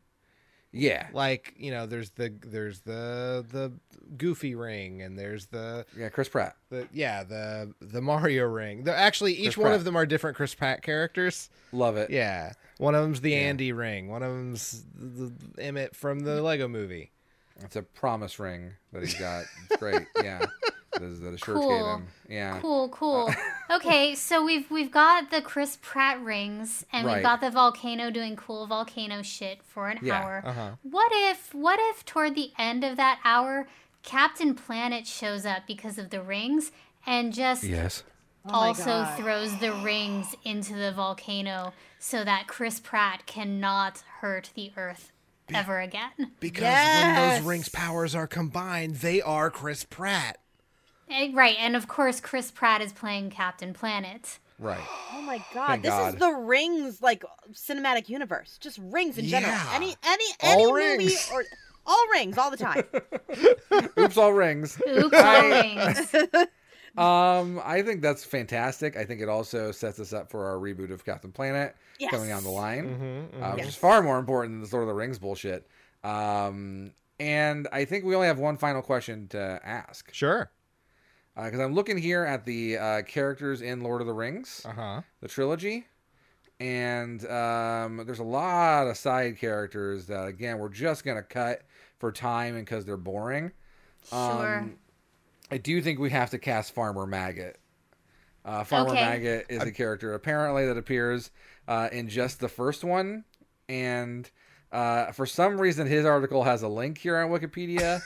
S3: Yeah.
S1: Like you know, there's the there's the the Goofy ring, and there's the
S3: Yeah, Chris Pratt.
S1: the yeah the the Mario ring. They're actually each
S3: Chris
S1: one of
S3: Pratt.
S1: them are different Chris Pratt characters.
S3: Love it.
S1: Yeah, one of them's the Andy ring. One of them's the, the Emmett from the Lego Movie.
S3: It's a promise ring that he's got. It's great. Yeah. The, the shirt gave
S2: Cool.
S3: him. Yeah.
S2: Cool,
S3: Uh,
S2: cool. okay, so we've we've got the Chris Pratt rings, and
S3: Right.
S2: we've got the volcano doing cool volcano shit for an
S3: Yeah, uh-huh.
S2: hour.
S1: Uh huh.
S2: What if what if toward the end of that hour, Captain Planet shows up because of the rings and just
S3: Yes.
S2: also throws the rings into the volcano so that Chris Pratt cannot hurt the Earth ever again.
S1: Because when
S4: Yes.
S1: those rings powers are combined, they are Chris Pratt.
S2: Eh, Right, and of course Chris Pratt is playing Captain Planet.
S3: Right.
S4: Oh my god,
S3: Thank
S4: this
S3: God.
S4: is the Rings like cinematic universe. Just rings in general.
S1: Yeah.
S4: Any any any
S1: All
S4: movie
S1: rings.
S4: or all rings all the time.
S3: Oops, all rings.
S2: Oops, all rings.
S3: Um, I think that's fantastic. I think it also sets us up for our reboot of Captain Planet
S4: Yes.
S3: coming down the line,
S1: Mm-hmm.
S3: uh, which
S4: Yes.
S3: is far more important than the Lord of the Rings bullshit. Um, and I think we only have one final question to ask
S1: Sure.
S3: because I'm looking here at the uh, characters in Lord of the Rings,
S1: Uh huh.
S3: the trilogy, and um, there's a lot of side characters that again we're just gonna cut for time and because they're boring.
S2: Sure.
S3: Um, I do think we have to cast Farmer Maggot. Uh, Farmer
S2: Okay.
S3: Maggot is a character apparently that appears uh, in just the first one, and uh, for some reason his article has a link here on Wikipedia,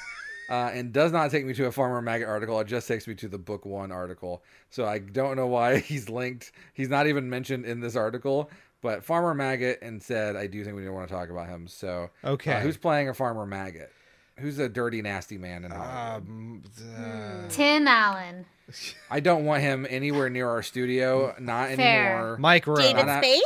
S3: uh, and does not take me to a Farmer Maggot article. It just takes me to the book one article. So I don't know why he's linked. He's not even mentioned in this article. But Farmer Maggot instead, I do think we want to talk about him. So uh,
S1: Okay.
S3: who's playing a Farmer Maggot? Who's a dirty, nasty man in Hollywood?
S1: Um, uh,
S2: Tim Allen.
S3: I don't want him anywhere near our studio. Not
S2: Fair.
S3: anymore.
S1: Mike Rowe.
S4: David
S3: Not-
S4: Spade?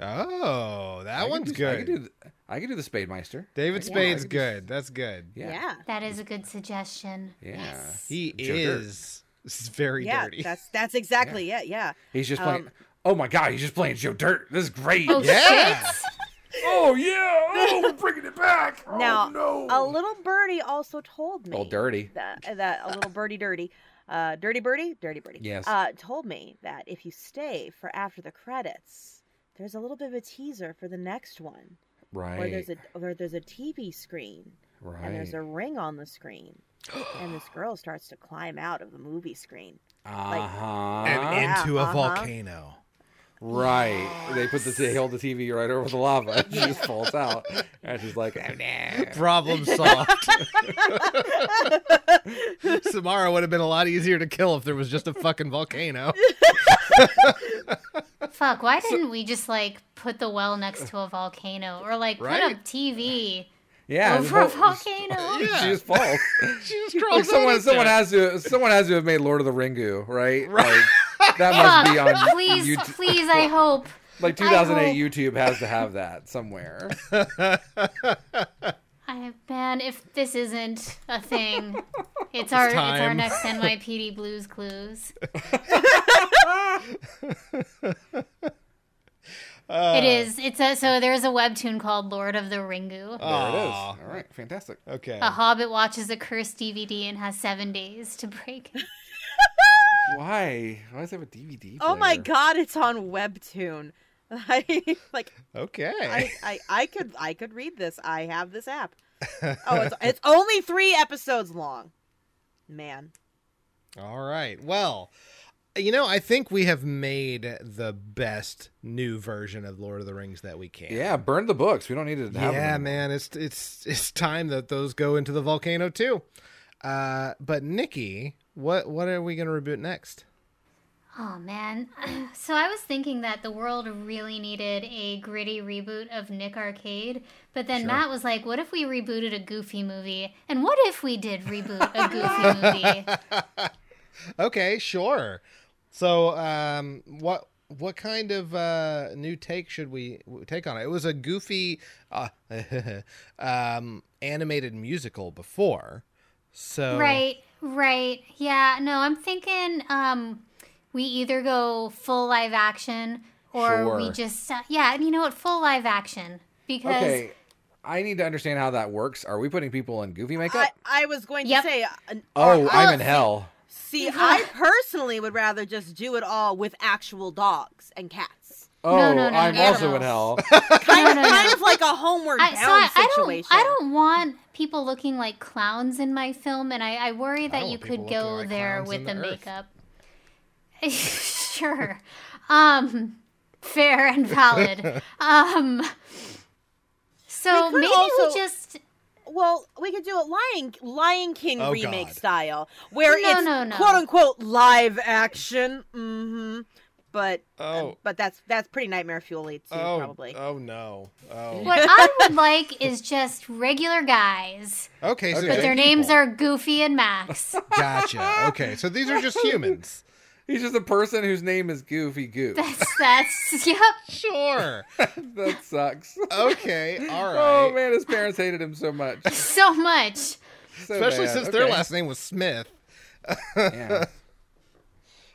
S1: Oh, that
S3: I could
S1: one's
S3: do- I
S1: good.
S3: could do. th- I could do the Spade Meister.
S1: David
S3: Yeah, I
S1: Spade's
S3: could do-
S1: good. That's good.
S3: Yeah.
S4: yeah.
S2: That is a good suggestion.
S3: Yeah.
S2: Yes.
S1: He
S3: Joe Dirt.
S1: is s- very
S4: Yeah,
S1: dirty.
S4: that's that's exactly it. Yeah.
S3: He's just playing.
S4: Um,
S3: oh my god, he's just playing Joe Dirt. This is great.
S2: Oh
S3: Oh yeah.
S1: Yeah.
S2: shit!
S3: Oh we're bringing it back. Oh
S4: Now,
S3: no.
S4: A little birdie also told me.
S3: Old Dirty.
S4: That, that a little birdie dirty. Uh, dirty birdie, dirty birdie.
S3: Yes.
S4: Uh, told me that if you stay for after the credits, there's a little bit of a teaser for the next one, where
S3: Right.
S4: there's a where there's a TV screen and
S3: Right.
S4: there's a ring on the screen, and this girl starts to climb out of the movie screen.
S3: Uh huh.
S5: and
S4: Yeah,
S5: into a
S4: uh-huh.
S5: volcano.
S3: Right. They put the they held the TV right over the lava. She just falls out. And she's like, oh no.
S1: Problem solved. Samara would have been a lot easier to kill if there was just a fucking volcano.
S2: Fuck, why didn't we just like put the well next to a volcano or like put a
S1: Right?
S2: TV
S3: Yeah.
S2: over a
S3: just fall-
S2: volcano?
S1: Yeah.
S3: She just falls.
S1: She just crawls
S3: Like someone,
S1: out
S3: someone
S1: there.
S3: has to, someone has to have made Lord of the Ringu, right? Like that must be on
S2: Fuck, please,
S3: YouTube.
S2: please, I hope.
S3: Like
S2: I
S3: 2008
S2: hope-
S3: YouTube has to have that somewhere.
S2: I man, if this isn't a thing, it's our it's our
S1: time.
S2: next NYPD Blues Clues. it is. It's a so there's a webtoon called Lord of the Ringu.
S3: There it is.
S1: Aw.
S3: All right, fantastic.
S1: Okay.
S4: Ah.
S2: a hobbit watches a cursed DVD and has seven days to break it.
S3: Why? Why does it have a DVD?
S4: Oh my
S3: player?
S4: God, it's on Webtoon. I, like
S1: Okay.
S4: I, I, I could I could read this. I have this app. Oh, it's, it's only three episodes long. Man,
S1: All right. Well, you know, I think we have made the best new version of Lord of the Rings that we can.
S3: Yeah, burn the books. We don't need it to have
S1: Yeah,
S3: them.
S1: man, it's it's it's time that those go into the volcano too. Uh, but Nikki, what what are we gonna reboot next?
S2: Oh man. So I was thinking that the world really needed a gritty reboot of Nick Arcade, but then Matt was like, what if we rebooted a goofy movie? And what if we did reboot a goofy movie?
S1: Okay, sure. So, um, what what kind of uh, new take should we w- take on it? It was a goofy uh, um, animated musical before,
S3: Oh.
S1: so
S2: Right, right. Yeah, no, I'm thinking um we either go full live action or we
S3: Sure.
S2: just uh, yeah, and you know what, full live action because
S3: Okay, I need to understand how that works. Are we putting people in goofy
S4: I,
S3: makeup?
S4: I was going to
S2: Yep.
S4: say. uh,
S3: oh,
S4: uh,
S3: I'm
S4: I'll-
S3: in hell.
S4: See, I personally would rather just do it all with actual dogs and cats.
S3: Oh,
S2: No, no, no,
S3: I'm also in hell.
S2: animals.
S4: Kind of,
S2: no, no.
S4: kind of like a homeward
S2: I,
S4: bound
S2: so I, I don't
S4: situation.
S2: I don't want people looking like clowns in my film, and I, I worry that
S1: don't
S2: you
S1: want people
S2: could
S1: looking
S2: go
S1: like
S2: there
S1: clowns
S2: with
S1: in
S2: the,
S1: the earth.
S2: makeup. sure, um, fair and valid. Um, so
S4: We could
S2: maybe we
S4: also-
S2: just
S4: Well, we could do it Lion Lion King
S1: Oh,
S4: remake
S1: God.
S4: style, where
S2: No,
S4: it's
S2: no, no.
S4: quote unquote live action. hmm But uh,
S5: Oh.
S4: but that's that's pretty nightmare fuely too,
S5: Oh,
S4: probably.
S5: oh no. Oh.
S2: what I would like is just regular guys,
S1: Okay, so
S3: But
S2: but
S1: just
S2: their names
S1: people.
S2: are Goofy and Max.
S1: Gotcha. Okay, so these are just humans.
S3: He's just a person whose name is Goofy Goof.
S2: That's that's yep.
S1: Sure.
S3: that sucks.
S1: Okay. All right.
S3: Oh man, his parents hated him so much.
S2: So much.
S3: So
S1: Especially
S3: bad.
S1: since their
S3: Okay.
S1: last name was Smith.
S3: Yeah.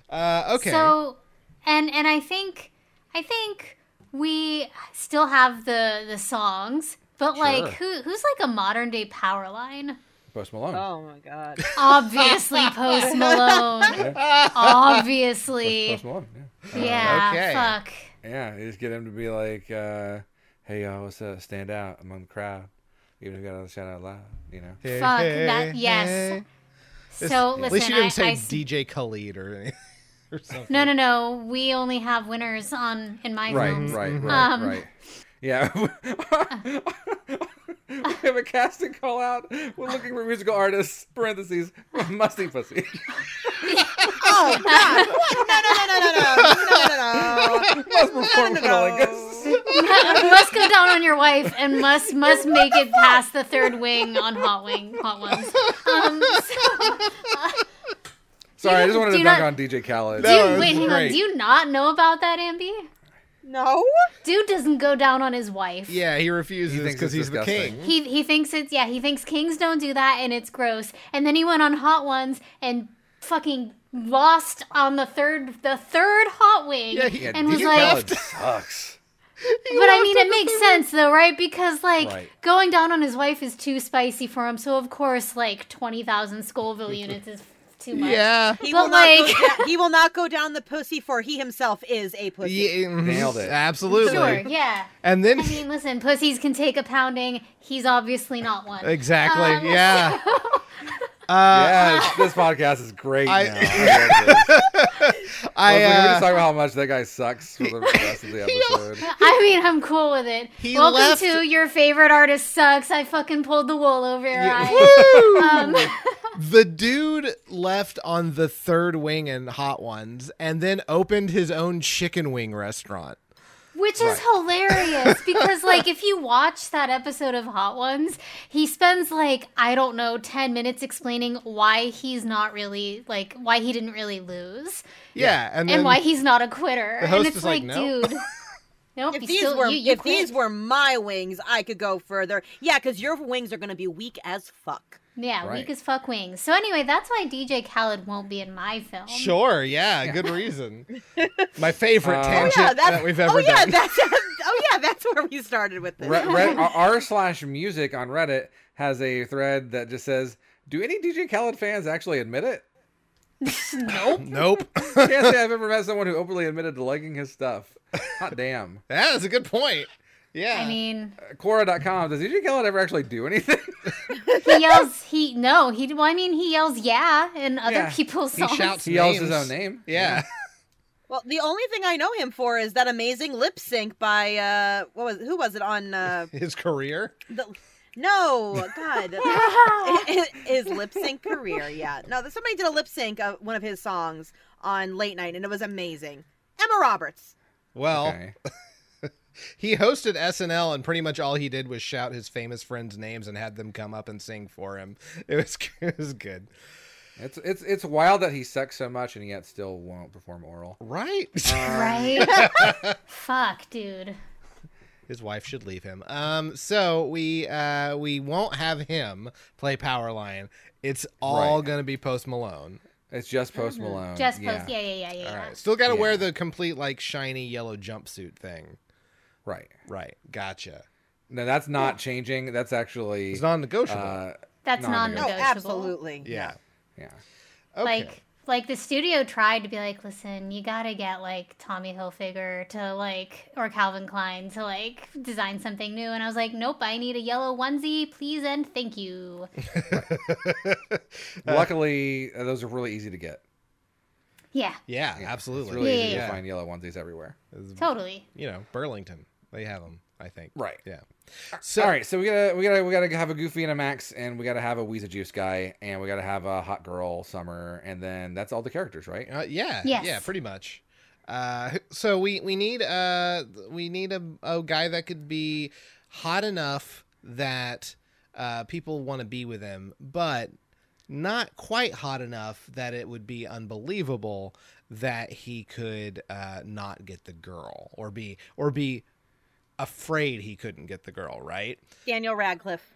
S1: Uh, okay.
S2: So, and and I think I think we still have the the songs, but like who who's like a modern day power line?
S3: Post Malone.
S4: Oh my god.
S2: Obviously, Post Malone. Obviously,
S3: Post Malone. Yeah.
S2: yeah.
S1: Okay.
S2: Fuck.
S3: Yeah, you just get him to be like, uh, "Hey, y'all, what's up? Stand out among the crowd, even if you gotta shout out loud." You know,
S1: Hey,
S2: Fuck
S1: hey,
S2: that.
S1: hey.
S2: Yes. So listen,
S1: At least you didn't
S2: I,
S1: say
S2: I s-
S1: DJ Khalid or, anything- or something.
S2: no, no, no. We only have winners on in my
S3: right,
S2: films.
S3: right, right,
S2: Um,
S3: right. Yeah, we have a casting call out. We're looking for musical artists. Parentheses, musty pussy.
S4: Oh god. Oh,
S2: Oh,
S4: No no no no no no no no no no.
S3: Most professional, I guess.
S2: must go down on your wife and must must make it past the third wing on hot wing hot ones. Um, so,
S3: Sorry, I
S2: you-
S3: just wanted
S2: do
S3: to
S2: you
S3: dunk
S2: not-
S3: on DJ Khaled.
S2: do
S1: That
S2: you,
S1: was
S2: wait, hang on.
S1: Oh, great.
S2: Do you not know about that, Ambi?
S4: No.
S2: Dude doesn't go down on his wife.
S1: Yeah, he refuses
S3: thinks
S1: because
S3: it's
S1: he's the
S3: disgusting.
S1: king.
S2: He he thinks it's yeah. He thinks kings don't do that, and it's gross. And then he went on hot ones and fucking lost on the third the third hot wing
S1: Yeah, he-
S3: Yeah,
S2: and
S3: DJ
S2: was like
S3: Khaled sucks.
S2: But I mean, it makes sense though, right? Because like
S3: Right.
S2: going down on his wife is too spicy for him. So of course, like twenty thousand Scoville units is too much.
S1: Yeah.
S4: He
S2: But,
S4: will not go
S2: like-
S4: down, he will not go down the pussy for he himself is a pussy.
S1: Yeah, mhm.
S3: Nailed it.
S1: Absolutely.
S2: Sure. Yeah.
S1: And then
S2: I mean, listen, pussies can take a pounding. He's obviously not one.
S1: exactly.
S2: Um,
S1: yeah. Uh,
S3: yes, this podcast is great
S1: I-
S3: now. I love this.
S1: I
S3: Look, we can
S1: uh,
S3: just talk about how much that guy sucks for the rest of the episode.
S2: I mean, I'm cool with it.
S1: He
S2: Welcome
S1: left-
S2: to your favorite artist sucks. I fucking pulled the wool over your
S1: Yeah.
S2: eyes.
S1: Woo!
S2: Um,
S1: the dude left on the third wing and hot ones, and then opened his own chicken wing restaurant.
S2: Which is hilarious because, like, if you watch that episode of Hot Ones, he spends like I don't know ten minutes explaining why he's not really like why he didn't really lose
S1: Yeah, and, then
S2: and why he's not a quitter.
S1: the host
S2: and it's
S1: is like, "No."
S2: dude, nope.
S4: If
S2: you
S4: these
S2: still,
S4: were
S2: you, you
S4: if
S2: quit.
S4: these were my wings, I could go further. Yeah, because your wings are gonna be weak as fuck.
S2: yeah,
S3: Right.
S2: weak as fuck wings. So anyway, that's why DJ Khaled won't be in my film.
S1: Sure, yeah, Oh, good reason. My favorite
S3: Uh,
S1: tangent
S4: Yeah, that's,
S1: that we've ever
S4: oh, yeah,
S1: done.
S4: That's, oh yeah, that's where we started with this.
S3: Re- re- R slash music on Reddit has a thread that just says, "Do any DJ Khaled fans actually admit it?"
S1: nope.
S3: I can't say I've ever met someone who openly admitted to liking his stuff. Hot damn.
S1: Yeah, that's a good point. Yeah.
S2: I mean,
S3: Quora.com. Does DJ Khaled ever actually do anything?
S2: he yells. He no. He. Well, I mean, he yells. Yeah, in other
S3: Yeah.
S2: people's
S1: he
S2: songs.
S1: shouts.
S3: he yells his
S1: names.
S3: own name.
S1: Yeah.
S4: Well, the only thing I know him for is that amazing lip sync by uh, what was who was it on? Uh,
S1: His career.
S4: the, no, God, his, his lip sync career. Yeah, no, that- somebody did a lip sync of one of his songs on late night, and it was amazing. Emma Roberts.
S1: Well,
S3: Okay.
S1: he hosted SNL, and pretty much all he did was shout his famous friends' names and had them come up and sing for him. It was it was good,
S3: It's it's it's wild that he sucks so much and yet still won't perform oral.
S1: right?
S2: Right. Fuck, dude.
S1: His wife should leave him. Um, so we uh we won't have him play Powerline. It's all
S3: Right.
S1: gonna be Post Malone.
S3: It's just Post
S1: Mm-hmm. Um,
S3: Malone.
S2: Just post. Yeah, yeah, yeah, yeah.
S1: All
S2: yeah.
S1: right. Still got to wear
S3: Yeah.
S1: the complete like shiny yellow jumpsuit thing.
S3: Right.
S1: Right. Gotcha.
S3: No, that's not changing. That's actually
S1: It's non-negotiable.
S3: uh,
S2: That's
S4: No,
S3: Non-negotiable.
S2: non-negotiable.
S4: absolutely.
S1: yeah.
S3: yeah.
S1: Okay.
S2: Like like the studio tried to be like, listen, you gotta get like Tommy Hilfiger to like or Calvin Klein to like design something new, and I was like, nope, I need a yellow onesie, please and thank you.
S3: Luckily, uh, those are really easy to get.
S2: Yeah,
S1: yeah,
S3: Yeah,
S1: absolutely.
S3: It's really
S2: Yeah,
S3: easy
S2: yeah,
S3: to
S1: yeah.
S3: find yellow onesies everywhere.
S1: It's-
S2: totally.
S1: you know, Burlington. They have them, I think.
S3: Right.
S1: Yeah. So
S3: All right, so we gotta we gotta we gotta have a Goofy and a Max, and we gotta have a Weeza Juice guy, and we gotta have a hot girl Summer, and then that's all the characters, right?
S1: Uh, yeah.
S2: Yes.
S1: Yeah. Pretty much. Uh, so we we need uh we need a, a guy that could be hot enough that uh, people want to be with him, but not quite hot enough that it would be unbelievable that he could uh, not get the girl or be or be afraid he couldn't get the girl. Right.
S4: Daniel Radcliffe.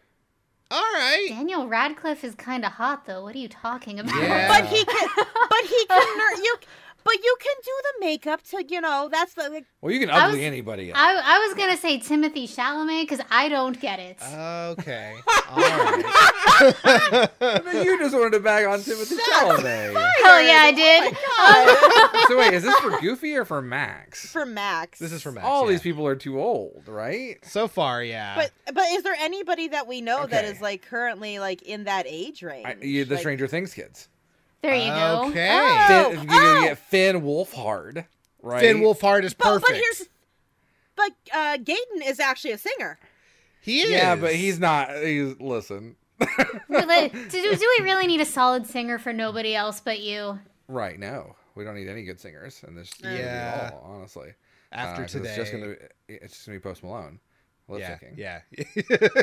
S1: All right.
S2: Daniel Radcliffe is kind of hot though. What are you talking about?
S1: Yeah.
S4: But he can. but he can. ner- You. But you can do the makeup to you know. That's the. Like,
S3: Well, you can
S2: I
S3: ugly
S2: was-
S3: anybody up.
S2: I, I was gonna say Timothy Chalamet because I don't get it.
S1: Oh, Okay. All right.
S3: But you just wanted to bag on Timothy Chalamet.
S2: oh yeah, I did.
S3: so wait, is this for Goofy or for Max?
S4: for Max.
S1: This is for Max.
S3: all
S1: yeah.
S3: these people are too old, right?
S1: So far, yeah.
S4: But but is there anybody that we know that
S3: Okay.
S4: is like currently like in that age range?
S3: I, you, the
S4: Like,
S3: Stranger Things kids.
S2: There you go.
S1: Okay.
S4: Oh,
S3: Finn, you're gonna
S4: oh.
S3: get Finn Wolfhard, right?
S1: Finn Wolfhard is
S4: But,
S1: perfect.
S4: but here's. But uh, Gaten is actually a singer.
S1: he is.
S3: Yeah, but he's not. He's listen.
S2: But like, do, do do we really need a solid singer for nobody else but you?
S3: Right? No, we don't need any good singers in this movie
S1: Yeah.
S3: at all. Honestly,
S1: after
S3: Uh, 'cause
S1: today.
S3: it's just gonna be, it's just gonna be Post Malone. Lip
S1: yeah,
S3: syncing.
S1: yeah.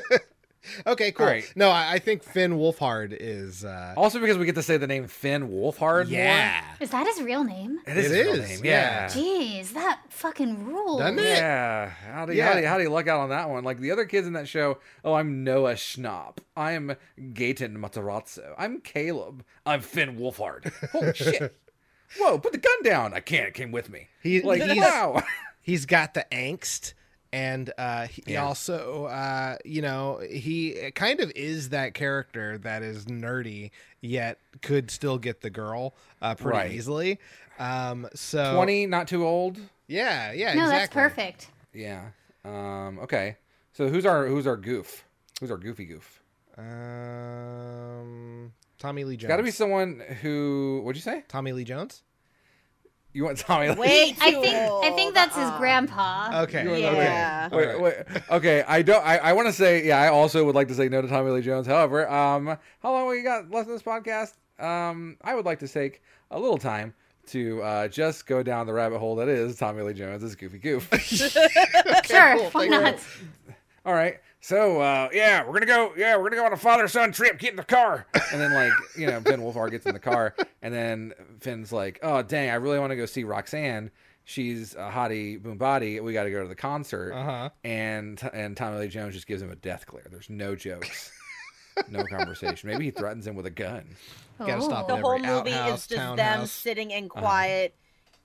S1: okay, cool.
S3: All right.
S1: No, I, I think Finn Wolfhard is. Uh,
S3: Also because we get to say the name Finn Wolfhard. more.
S1: yeah,
S2: Is that his real name?
S3: it is.
S1: It
S3: his real
S1: is,
S3: name,
S1: yeah.
S3: yeah.
S2: Jeez, that fucking rules.
S1: Doesn't it?
S3: Yeah. How do you
S1: Yeah.
S3: how do you, how do you luck out on that one? Like the other kids in that show. Oh, I'm Noah Schnapp. I'm Gaten Matarazzo. I'm Caleb. I'm Finn Wolfhard. Holy shit! Whoa! Put the gun down. I can't. It came with me.
S1: He-
S3: like
S1: he's-
S3: wow.
S1: he's got the angst, and uh, he
S3: Yeah.
S1: also, uh, you know, he kind of is that character that is nerdy yet could still get the girl uh, pretty
S3: Right.
S1: easily. Um, so
S3: Twenty, not too old.
S1: Yeah, yeah.
S2: no,
S1: exactly.
S2: that's perfect.
S3: Yeah. Um. Okay. So who's our who's our goof? Who's our goofy goof?
S1: Um, Tommy Lee Jones.
S3: Got to be someone who. What'd you say?
S1: Tommy Lee Jones.
S3: You want Tommy? Lee-
S4: Way
S2: I
S4: too
S2: think I
S4: old.
S2: think that's his
S4: Uh,
S2: grandpa.
S1: Okay.
S3: You want- okay.
S4: Yeah.
S3: Wait,
S1: All
S3: wait, okay, I don't. I, I want to say, yeah, I also would like to say no to Tommy Lee Jones. However, um, how long we got left in this podcast? Um, I would like to take a little time to uh, just go down the rabbit hole that is Tommy Lee Jones as Goofy Goof.
S2: sure,
S1: cool,
S2: why
S1: thank you.
S2: not?
S3: All right. So uh, yeah, we're gonna go. Yeah, we're gonna go on a father son trip. Get in the car, and then like you know, Finn Wolfhard gets in the car, and then Finn's like, "Oh dang, I really want to go see Roxanne. She's a hottie boom body. We got to go to the concert."
S1: Uh-huh.
S3: And and Tommy Lee Jones just gives him a death glare. There's no jokes, no conversation. Maybe he threatens him with a gun.
S1: Gotta stop
S2: Oh.
S4: The
S1: Every
S4: whole movie
S1: outhouse,
S4: is just them
S1: townhouse.
S4: sitting in
S3: Uh-huh.
S4: quiet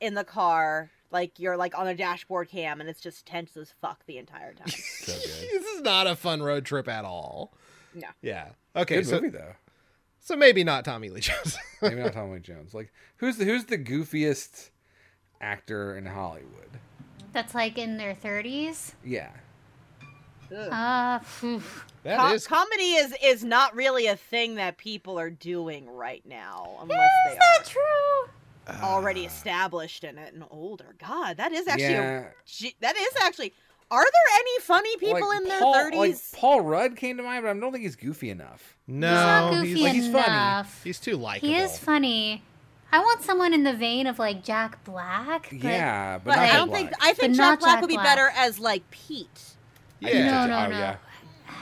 S4: in the car, like you're like on a dashboard cam, and it's just tense as fuck the entire time.
S3: So good.
S1: this is not a fun road trip at all.
S4: No.
S1: Yeah. Okay.
S3: Good
S1: so
S3: movie though.
S1: so maybe not Tommy Lee Jones.
S3: Maybe not Tommy Lee Jones. Like who's the, who's the goofiest actor in Hollywood?
S2: That's like in their thirties.
S3: Yeah.
S4: Ugh.
S2: Uh, phew.
S1: that
S4: Com-
S1: is
S4: comedy is is not really a thing that people are doing right now, unless they are
S2: Not true.
S4: already established in it and older. God, that is actually a,
S3: Ah. Yeah.
S4: gee, that is actually. Are there any funny people
S3: Like,
S4: in their
S3: Paul- Like
S4: thirties?
S3: Paul Rudd came to mind, but I don't think he's goofy enough.
S2: he's not
S1: no.
S2: goofy
S1: He's,
S3: like, he's funny.
S2: enough.
S1: he's too likable.
S2: he is funny. I want someone in the vein of like Jack Black. But
S3: yeah, but,
S4: but
S3: not
S4: I
S3: Jack
S4: don't think
S3: Black.
S4: I think
S2: But
S4: Jack
S2: not
S4: Black
S2: Jack
S4: would be
S2: Black.
S4: better as like Pete.
S1: Yeah.
S2: No, no,
S3: oh,
S2: no.
S3: yeah.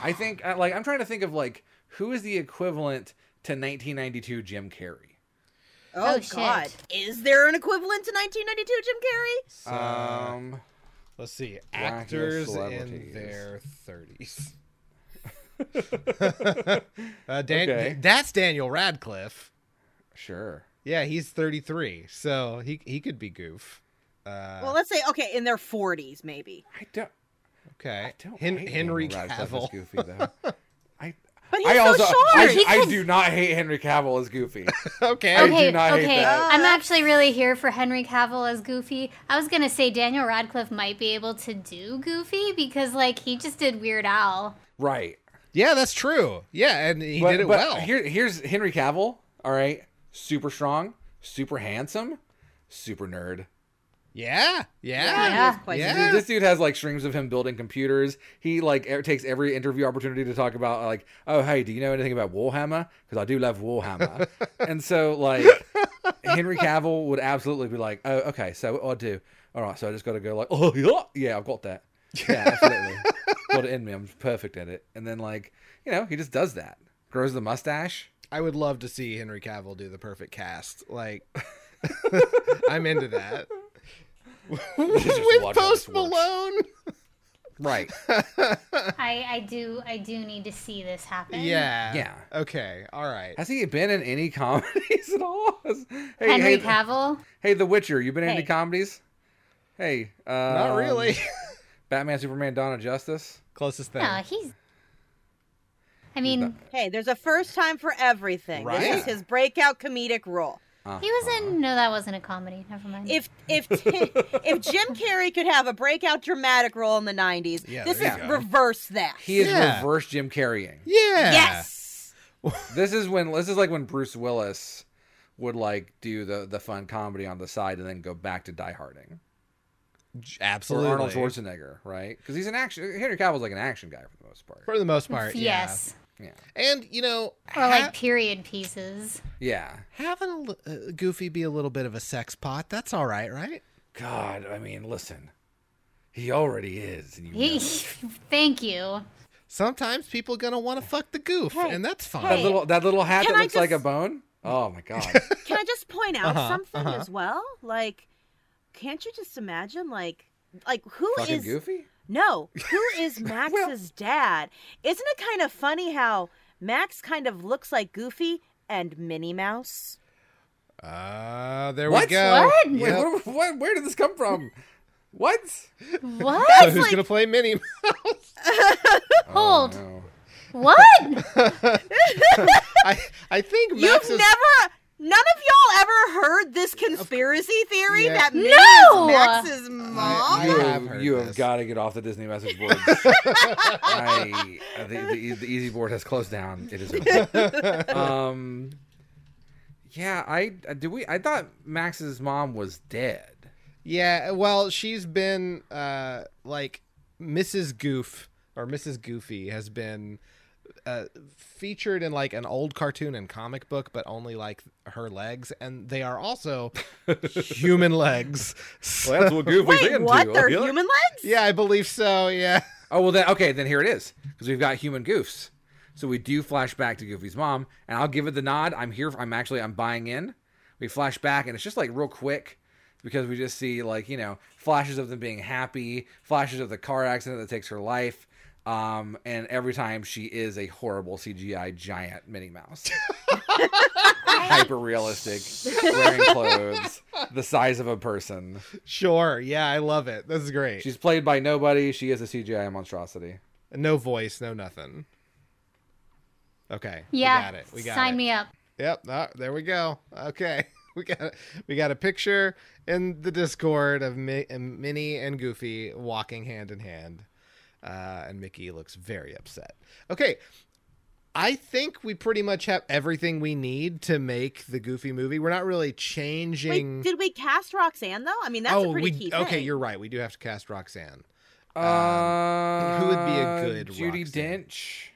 S3: I think I, like I'm trying to think of like who is the equivalent to 1992 Jim Carrey.
S4: Oh,
S2: Oh, shit.
S4: God! Is there an equivalent to 1992 Jim Carrey?
S1: So,
S3: Um,
S1: let's see.
S3: black
S1: Actors in
S3: celebrities.
S1: their thirties. uh, Dan-
S3: Okay.
S1: That's Daniel Radcliffe.
S3: sure.
S1: Yeah, he's 33, so he he could be goof. Uh,
S4: Well, let's say okay, in their forties maybe.
S3: I don't.
S1: okay,
S3: I don't
S1: Hen-
S3: hate
S1: Henry
S3: Daniel Radcliffe as
S1: Cavill.
S3: Goofy though. I.
S4: But he's
S3: I
S4: so
S3: also.
S4: short.
S2: He
S3: I, I
S2: could-
S3: do not hate Henry Cavill as Goofy.
S1: okay,
S3: I do
S2: okay,
S3: not hate
S2: okay.
S3: that.
S2: I'm actually really here for Henry Cavill as Goofy. I was gonna say Daniel Radcliffe might be able to do Goofy because like he just did Weird Al.
S3: right.
S1: yeah, that's true. Yeah, and he
S3: but,
S1: did it
S3: but
S1: well.
S3: Here, here's Henry Cavill. All right, super strong, super handsome, super nerd.
S1: yeah, yeah,
S2: Yeah.
S4: He is quite
S1: Ah, Yeah.
S3: Dude, this dude has like streams of him building computers. He like er- takes every interview opportunity to talk about like, oh hey, do you know anything about Warhammer? Because I do love Warhammer. and so like, Henry Cavill would absolutely be like, oh okay, so what do I do. All right, so I just got to go like, oh yeah, yeah, I've got that. Yeah, absolutely. got it in me. I'm perfect at it. And then like, you know, he just does that. Grows the mustache.
S1: I would love to see Henry Cavill do the perfect cast. Like, I'm into that.
S3: just
S1: With
S3: watch how this
S1: Post
S3: works.
S1: Malone.
S3: Right.
S2: I I do I do need to see this happen.
S1: Yeah.
S3: Yeah.
S1: Okay. All right.
S3: Has he been in any comedies at all? Has- hey,
S2: Henry
S3: hey,
S2: Cavill.
S3: hey, The Witcher. You been in any
S4: Hey.
S3: comedies? Hey, uh,
S1: Not really.
S3: Batman, Superman, Dawn of Justice.
S1: Closest thing.
S2: No, he's. I mean,
S4: Hey, there's a first time for everything.
S1: Right.
S4: This is his breakout comedic role.
S3: Uh,
S2: he was in. No, that wasn't a comedy. Never mind.
S4: If if if Jim Carrey could have a breakout dramatic role in the 90s,
S1: Yeah,
S4: this
S1: there
S4: is
S1: you go.
S4: reverse that.
S3: He is
S1: Yeah.
S3: reverse Jim Carreying.
S1: Yeah.
S4: yes.
S3: This is when this is like when Bruce Willis would like do the the fun comedy on the side and then go back to die harding.
S1: J-
S3: Or
S1: Absolutely.
S3: Arnold Schwarzenegger, right? Because he's an action. Henry Cavill's like an action guy for the most part.
S1: For the most part.
S2: yes,
S3: Yeah.
S1: Yeah. And you know,
S2: or
S1: ha-
S2: like period pieces.
S3: Yeah.
S1: having a li- uh, Goofy be a little bit of a sex pot. That's all right, right?
S3: God, I mean, listen, he already is. And you know
S2: He,
S3: it.
S2: thank you.
S1: Sometimes people gonna want to fuck the goof,
S4: Hey.
S1: and that's fine.
S3: That little that little hat
S4: Can
S3: that
S4: I
S3: looks like a
S4: just-
S3: bone. Oh my god.
S4: Can I just point out
S1: Uh-huh,
S4: something
S1: uh-huh.
S4: as well? Like can't you just imagine like like who is?
S3: Fucking goofy?
S4: No, who is Max's dad? Isn't it kind of funny how Max kind of looks like Goofy and Minnie Mouse?
S1: Ah, there
S3: What?
S1: we go.
S2: What?
S1: Yep.
S3: Wait, what, what, where did this come from? What?
S1: So
S2: What?
S1: who's gonna play Minnie? Mouse?
S2: Hold.
S3: Oh, no.
S2: What?
S1: I I think Max
S4: You've
S1: is.
S4: never none of y'all ever heard this conspiracy theory
S1: Yeah.
S4: that Minnie
S2: No!
S4: is Max's mom?
S1: I-
S3: You,
S1: have heard
S3: you have
S1: this.
S3: got to get off the Disney message board. I, uh, the, the, the easy board has closed down. It is. over. um. Yeah, I uh, do. We I thought Max's mom was dead.
S1: Yeah, well, she's been uh like Mrs. Goof or Mrs. Goofy has been uh featured in like an old cartoon and comic book, but only like her legs, and they are also human legs. So-
S3: that's what Goofy's
S4: Wait, what? They're human legs?
S1: yeah, I believe so. Yeah.
S3: Oh well, then okay, then here it is because we've got human goofs. So we do flash back to Goofy's mom, and I'll give it the nod. I'm here. I'm actually I'm buying in. We flash back, and it's just like real quick because we just see like you know flashes of them being happy, flashes of the car accident that takes her life. Um, and every time she is a horrible CGI giant Minnie Mouse, hyper realistic, wearing clothes the size of a person.
S1: Sure. Yeah, I love it. This is great.
S3: She's played by nobody. She is a CGI monstrosity.
S1: no voice, no nothing. Okay.
S2: Yeah.
S1: We got it. We got
S2: Sign
S1: it.
S2: me up.
S1: Yep. ah, there we go. Okay. We got we got a picture in the Discord of Mi- Minnie and Goofy walking hand in hand, uh, and Mickey looks very upset. Okay, I think we pretty much have everything we need to make the Goofy movie. We're not really changing.
S4: Wait, did we cast Roxanne though? I mean, that's
S1: oh,
S4: a pretty
S1: we
S4: key thing.
S1: okay. You're right. We do have to cast Roxanne.
S3: Uh,
S1: who would be a good
S3: Judy
S1: Roxanne?
S3: Dench?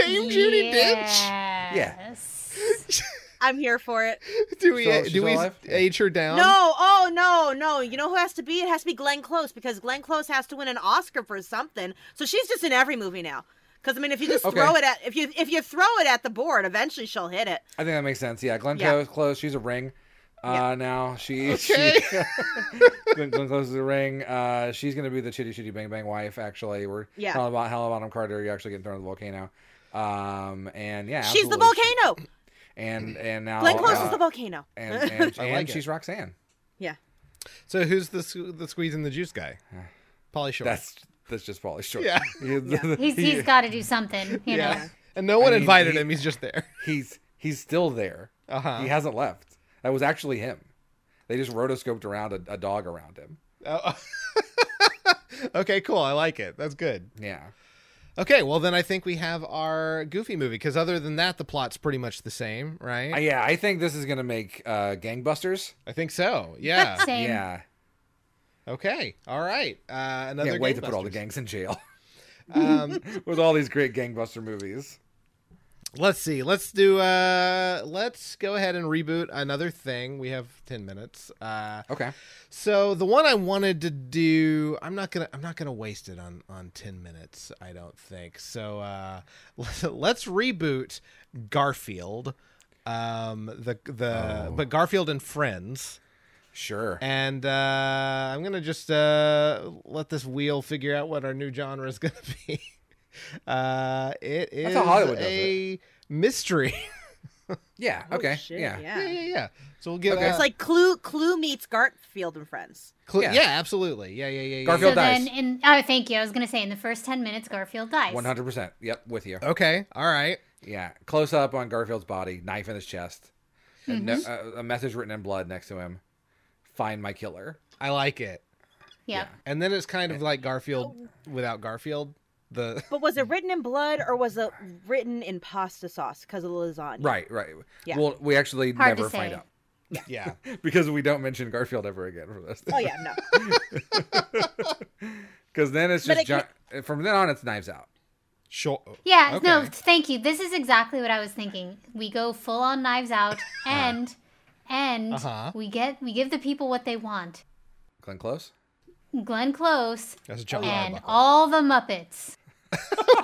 S1: Dame Judy Dench.
S2: Yes.
S4: I'm here for it.
S1: Do we
S3: Still- she's
S1: do we
S3: alive?
S1: age her down?
S4: no, oh no, no. You know who has to be? It has to be Glenn Close because Glenn Close has to win an Oscar for something. So she's just in every movie now. Because I mean, if you just
S3: Okay.
S4: throw it at if you if you throw it at the board, eventually she'll hit it.
S3: I think that makes sense. Yeah, Glenn
S4: Yeah.
S3: Close. Close. She's a ring. Uh, now she,
S1: Okay.
S3: she Glenn, Glenn Close is a ring. Uh, she's gonna be the chitty chitty bang bang wife. Actually, we're
S4: Yeah.
S3: telling about Helen Bonham Carter. You're actually getting thrown in the volcano. Um, and yeah,
S4: She's the
S3: absolutely.
S4: volcano.
S3: and and now
S1: Oh,
S4: Glenn Close
S3: uh,
S4: is the volcano.
S3: and, and,
S1: I
S3: and
S1: like it.
S3: she's Roxanne.
S4: yeah.
S1: So who's the sque- the squeeze and the juice guy? Polly Shore.
S3: That's that's just Paulie Short.
S1: Yeah.
S3: He-
S2: He's he's got to do something, you know.
S1: And no one
S3: mean,
S1: invited
S3: he-
S1: him. He's just there.
S3: he's he's still there.
S1: Uh-huh.
S3: He hasn't left. That was actually him. They just rotoscoped around a, a dog around him.
S1: Oh. okay, cool. I like it. That's good.
S3: Yeah.
S1: Okay, well then I think we have our Goofy movie because other than that, the plot's pretty much the same, right?
S3: Uh, yeah, I think this is gonna make uh, gangbusters.
S1: I think so. Yeah.
S2: Same.
S3: Yeah.
S1: okay. All right. Uh, another
S3: Can't wait to put all the
S1: Gangbusters.
S3: gangs in jail
S1: Um,
S3: with all these great gangbuster movies.
S1: let's see. Let's do. Uh, let's go ahead and reboot another thing. We have ten minutes. Uh,
S3: Okay.
S1: So the one I wanted to do, I'm not gonna, I'm not gonna waste it on on ten minutes. I don't think so. Uh, let's reboot Garfield, um, the the but Garfield and Friends,
S3: Sure.
S1: and uh, I'm gonna just uh, let this wheel figure out what our new genre is gonna be. Uh, it is
S3: how Hollywood does
S1: a mystery.
S3: yeah. Okay.
S4: Oh, shit,
S3: yeah.
S1: yeah, yeah, yeah. So we'll give
S3: Okay.
S1: uh,
S4: It's like Clue. Clue meets Garfield and Friends.
S1: cl-
S3: yeah.
S1: yeah, absolutely, yeah, yeah, yeah. yeah,
S3: Garfield
S2: So
S1: yeah.
S2: then,
S3: dies.
S2: in oh, thank you. I was gonna say in the first ten minutes, Garfield dies.
S3: One hundred percent. Yep. With you.
S1: Okay, all right.
S3: Yeah. Close up on Garfield's body, knife in his chest, a
S2: Mm-hmm.
S3: no- a, a message written in blood next to him. Find my killer.
S1: I like it.
S2: Yep.
S1: And then it's kind of like Garfield
S4: Oh.
S1: without Garfield. The
S4: But was it written in blood or was it written in pasta sauce because of the lasagna?
S3: Right. Right.
S4: Yeah.
S3: Well, we actually
S2: Hard to
S3: never find
S2: say.
S3: out
S1: yeah,
S3: because we don't mention Garfield ever again for this.
S4: Oh yeah, no.
S3: Because then it's
S4: But
S3: just
S4: it
S3: John- from then on, it's Knives Out.
S1: sure.
S2: Yeah. No,
S1: Okay.
S2: thank you. This is exactly what I was thinking. We go full on Knives Out, and and
S1: Uh-huh.
S2: we get we give the people what they want.
S3: Glenn Close.
S2: Glenn Close
S1: That's John
S2: and
S1: Arbuckle.
S2: all the Muppets.
S4: yes.
S1: All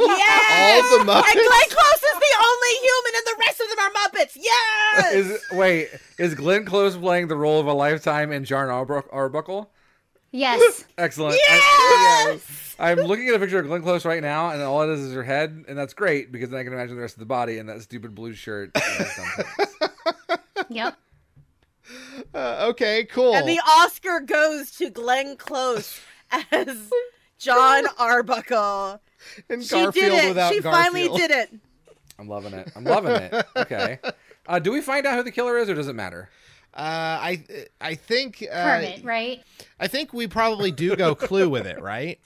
S1: the
S4: And
S1: Muppets.
S4: Glenn Close is the only human, and the rest of them are Muppets. Yes.
S3: Is wait is Glenn Close playing the role of a lifetime in John Arbuck- Arbuckle?
S2: Yes.
S3: Excellent.
S4: Yes!
S3: I, am looking at a picture of Glenn Close right now, and all it is is her head, and that's great because then I can imagine the rest of the body and that stupid blue shirt. and something.
S2: yep.
S1: Uh, okay, cool.
S4: and the Oscar goes to Glenn Close as John Arbuckle.
S1: And
S4: She did it. She finally did it.
S3: I'm loving it. I'm loving it. Okay. Uh, do we find out who the killer is, or does it matter?
S1: Uh, I I think uh,
S2: Kermit, right?
S1: I think we probably do go Clue with it, right?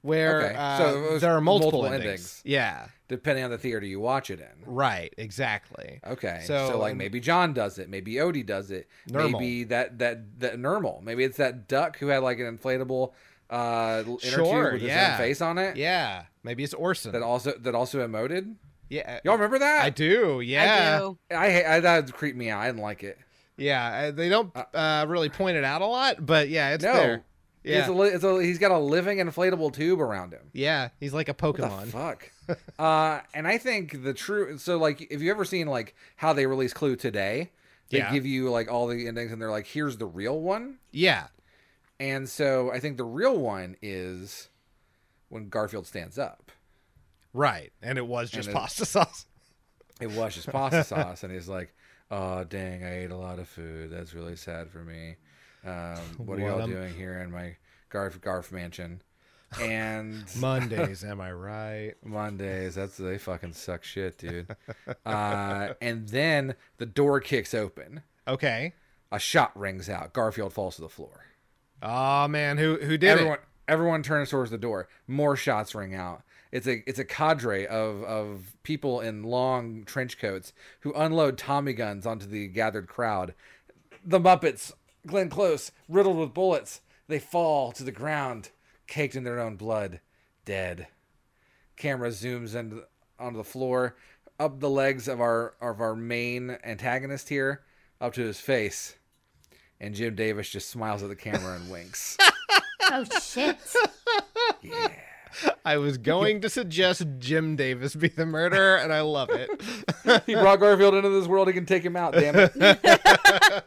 S1: Where
S3: Okay,
S1: uh,
S3: so it was
S1: there are multiple,
S3: multiple
S1: endings.
S3: endings.
S1: Yeah,
S3: Depending on the theater you watch it in.
S1: right, exactly.
S3: Okay.
S1: So,
S3: So, like
S1: um,
S3: maybe John does it. Maybe Odie does it.
S1: Normal.
S3: Maybe that that that normal. Maybe it's that duck who had like an inflatable uh inner tube
S1: Sure,
S3: with his
S1: yeah.
S3: own face on it.
S1: Yeah, maybe it's Orson.
S3: That also that also emoted.
S1: yeah,
S3: Y'all remember that?
S1: I do. Yeah,
S4: I do.
S3: I, ha- I that creeped me out. I didn't like it.
S1: yeah. uh, They don't uh, really point it out a lot, but yeah, it's
S3: No.
S1: there.
S3: Yeah.
S1: Yeah,
S3: It's a, li- it's a, he's got a living inflatable tube around him.
S1: yeah. He's like a
S3: The
S1: Pokemon.
S3: fuck. uh, and I think the true. So like, if you ever seen like how they release Clue today, they
S1: Yeah.
S3: give you like all the endings, and they're like, here's the real one.
S1: Yeah.
S3: And so I think the real one is when Garfield stands up.
S1: Right. And it was just
S3: it-
S1: pasta sauce.
S3: It was just pasta sauce, and he's like, "Oh dang, I ate a lot of food. That's really sad for me. Um,
S1: What
S3: what are y'all
S1: am-
S3: doing here in my Garf Garf mansion?" And
S1: Mondays, am I right?
S3: Mondays, that's they fucking suck shit, dude. Uh, and then the door kicks open.
S1: Okay.
S3: A shot rings out. Garfield falls to the floor.
S1: Oh man, who who did
S3: everyone
S1: it?
S3: everyone turns towards the door. More shots ring out. It's a it's a cadre of of people in long trench coats who unload Tommy guns onto the gathered crowd. The Muppets, Glenn Close, riddled with bullets, they fall to the ground, caked in their own blood, dead. Camera zooms in onto the floor, up the legs of our of our main antagonist here, up to his face, and Jim Davis just smiles at the camera and winks.
S2: Oh shit.
S1: I was going to suggest Jim Davis be the murderer, and I love it.
S3: He brought Garfield into this world. He can take him out. Damn it!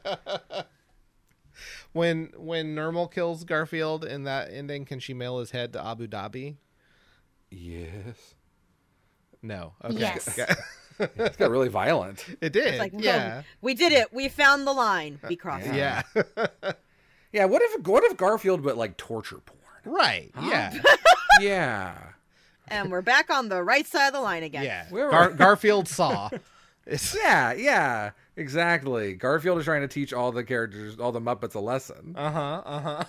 S1: When when Normal kills Garfield in that ending, can she mail his head to Abu Dhabi?
S3: yes.
S1: No. Okay.
S2: Yes.
S1: Okay.
S3: It got really violent.
S1: It did.
S4: like,
S1: yeah.
S4: We did it. We found the line. We crossed. it.
S1: Yeah.
S3: Yeah, what if what if Garfield but like torture porn?
S1: right. Yeah.
S3: Yeah.
S4: And we're back on the right side of the line again.
S1: Yeah.
S3: Where
S1: Gar-
S3: were-
S1: Garfield saw. It's,
S3: Yeah, yeah. Exactly. Garfield is trying to teach all the characters, all the Muppets a lesson.
S1: uh-huh. Uh-huh.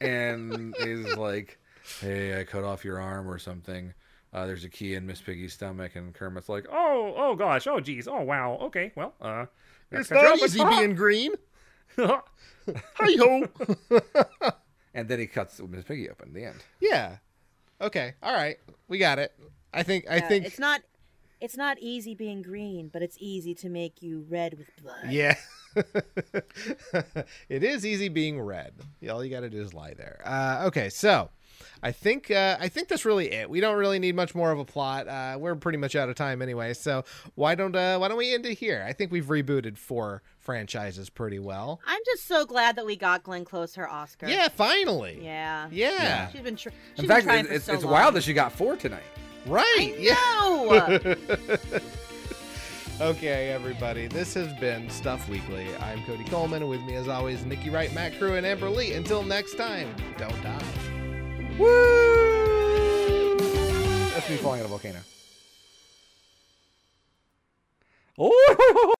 S3: and is like, "Hey, I cut off your arm or something." Uh, there's a key in Miss Piggy's stomach, and Kermit's like,
S6: Oh, oh gosh, oh geez, oh wow, okay, well, uh, that's
S1: It's
S6: your
S1: not
S6: open-
S1: easy being green. Hi ho.
S3: and then he cuts Miss Piggy open. at The end.
S1: yeah. Okay. All right. We got it. I think I
S4: Uh,
S1: think
S4: it's not. It's not easy being green, but it's easy to make you red with blood.
S1: Yeah. it is easy being red. All you got to do is lie there. Uh, okay, so I think uh, I think that's really it. We don't really need much more of a plot. Uh, we're pretty much out of time anyway. So why don't uh, why don't we end it here? I think we've rebooted four franchises pretty well.
S4: I'm just so glad that we got Glenn Close her Oscar.
S1: Yeah, finally.
S4: Yeah.
S1: Yeah.
S4: She's been. Tr- she's
S3: In
S4: been
S3: fact,
S4: trying
S3: it's,
S4: for
S3: it's,
S4: so
S3: it's
S4: long.
S3: wild that she got four tonight.
S1: Right. Yeah.
S4: No.
S1: Okay, everybody. This has been Stuff Weekly. I'm Cody Coleman. With me, as always, Nikki Wright, Matt Crew, and Amber Lee. Until next time, don't die.
S3: That's me falling in a volcano. Oh.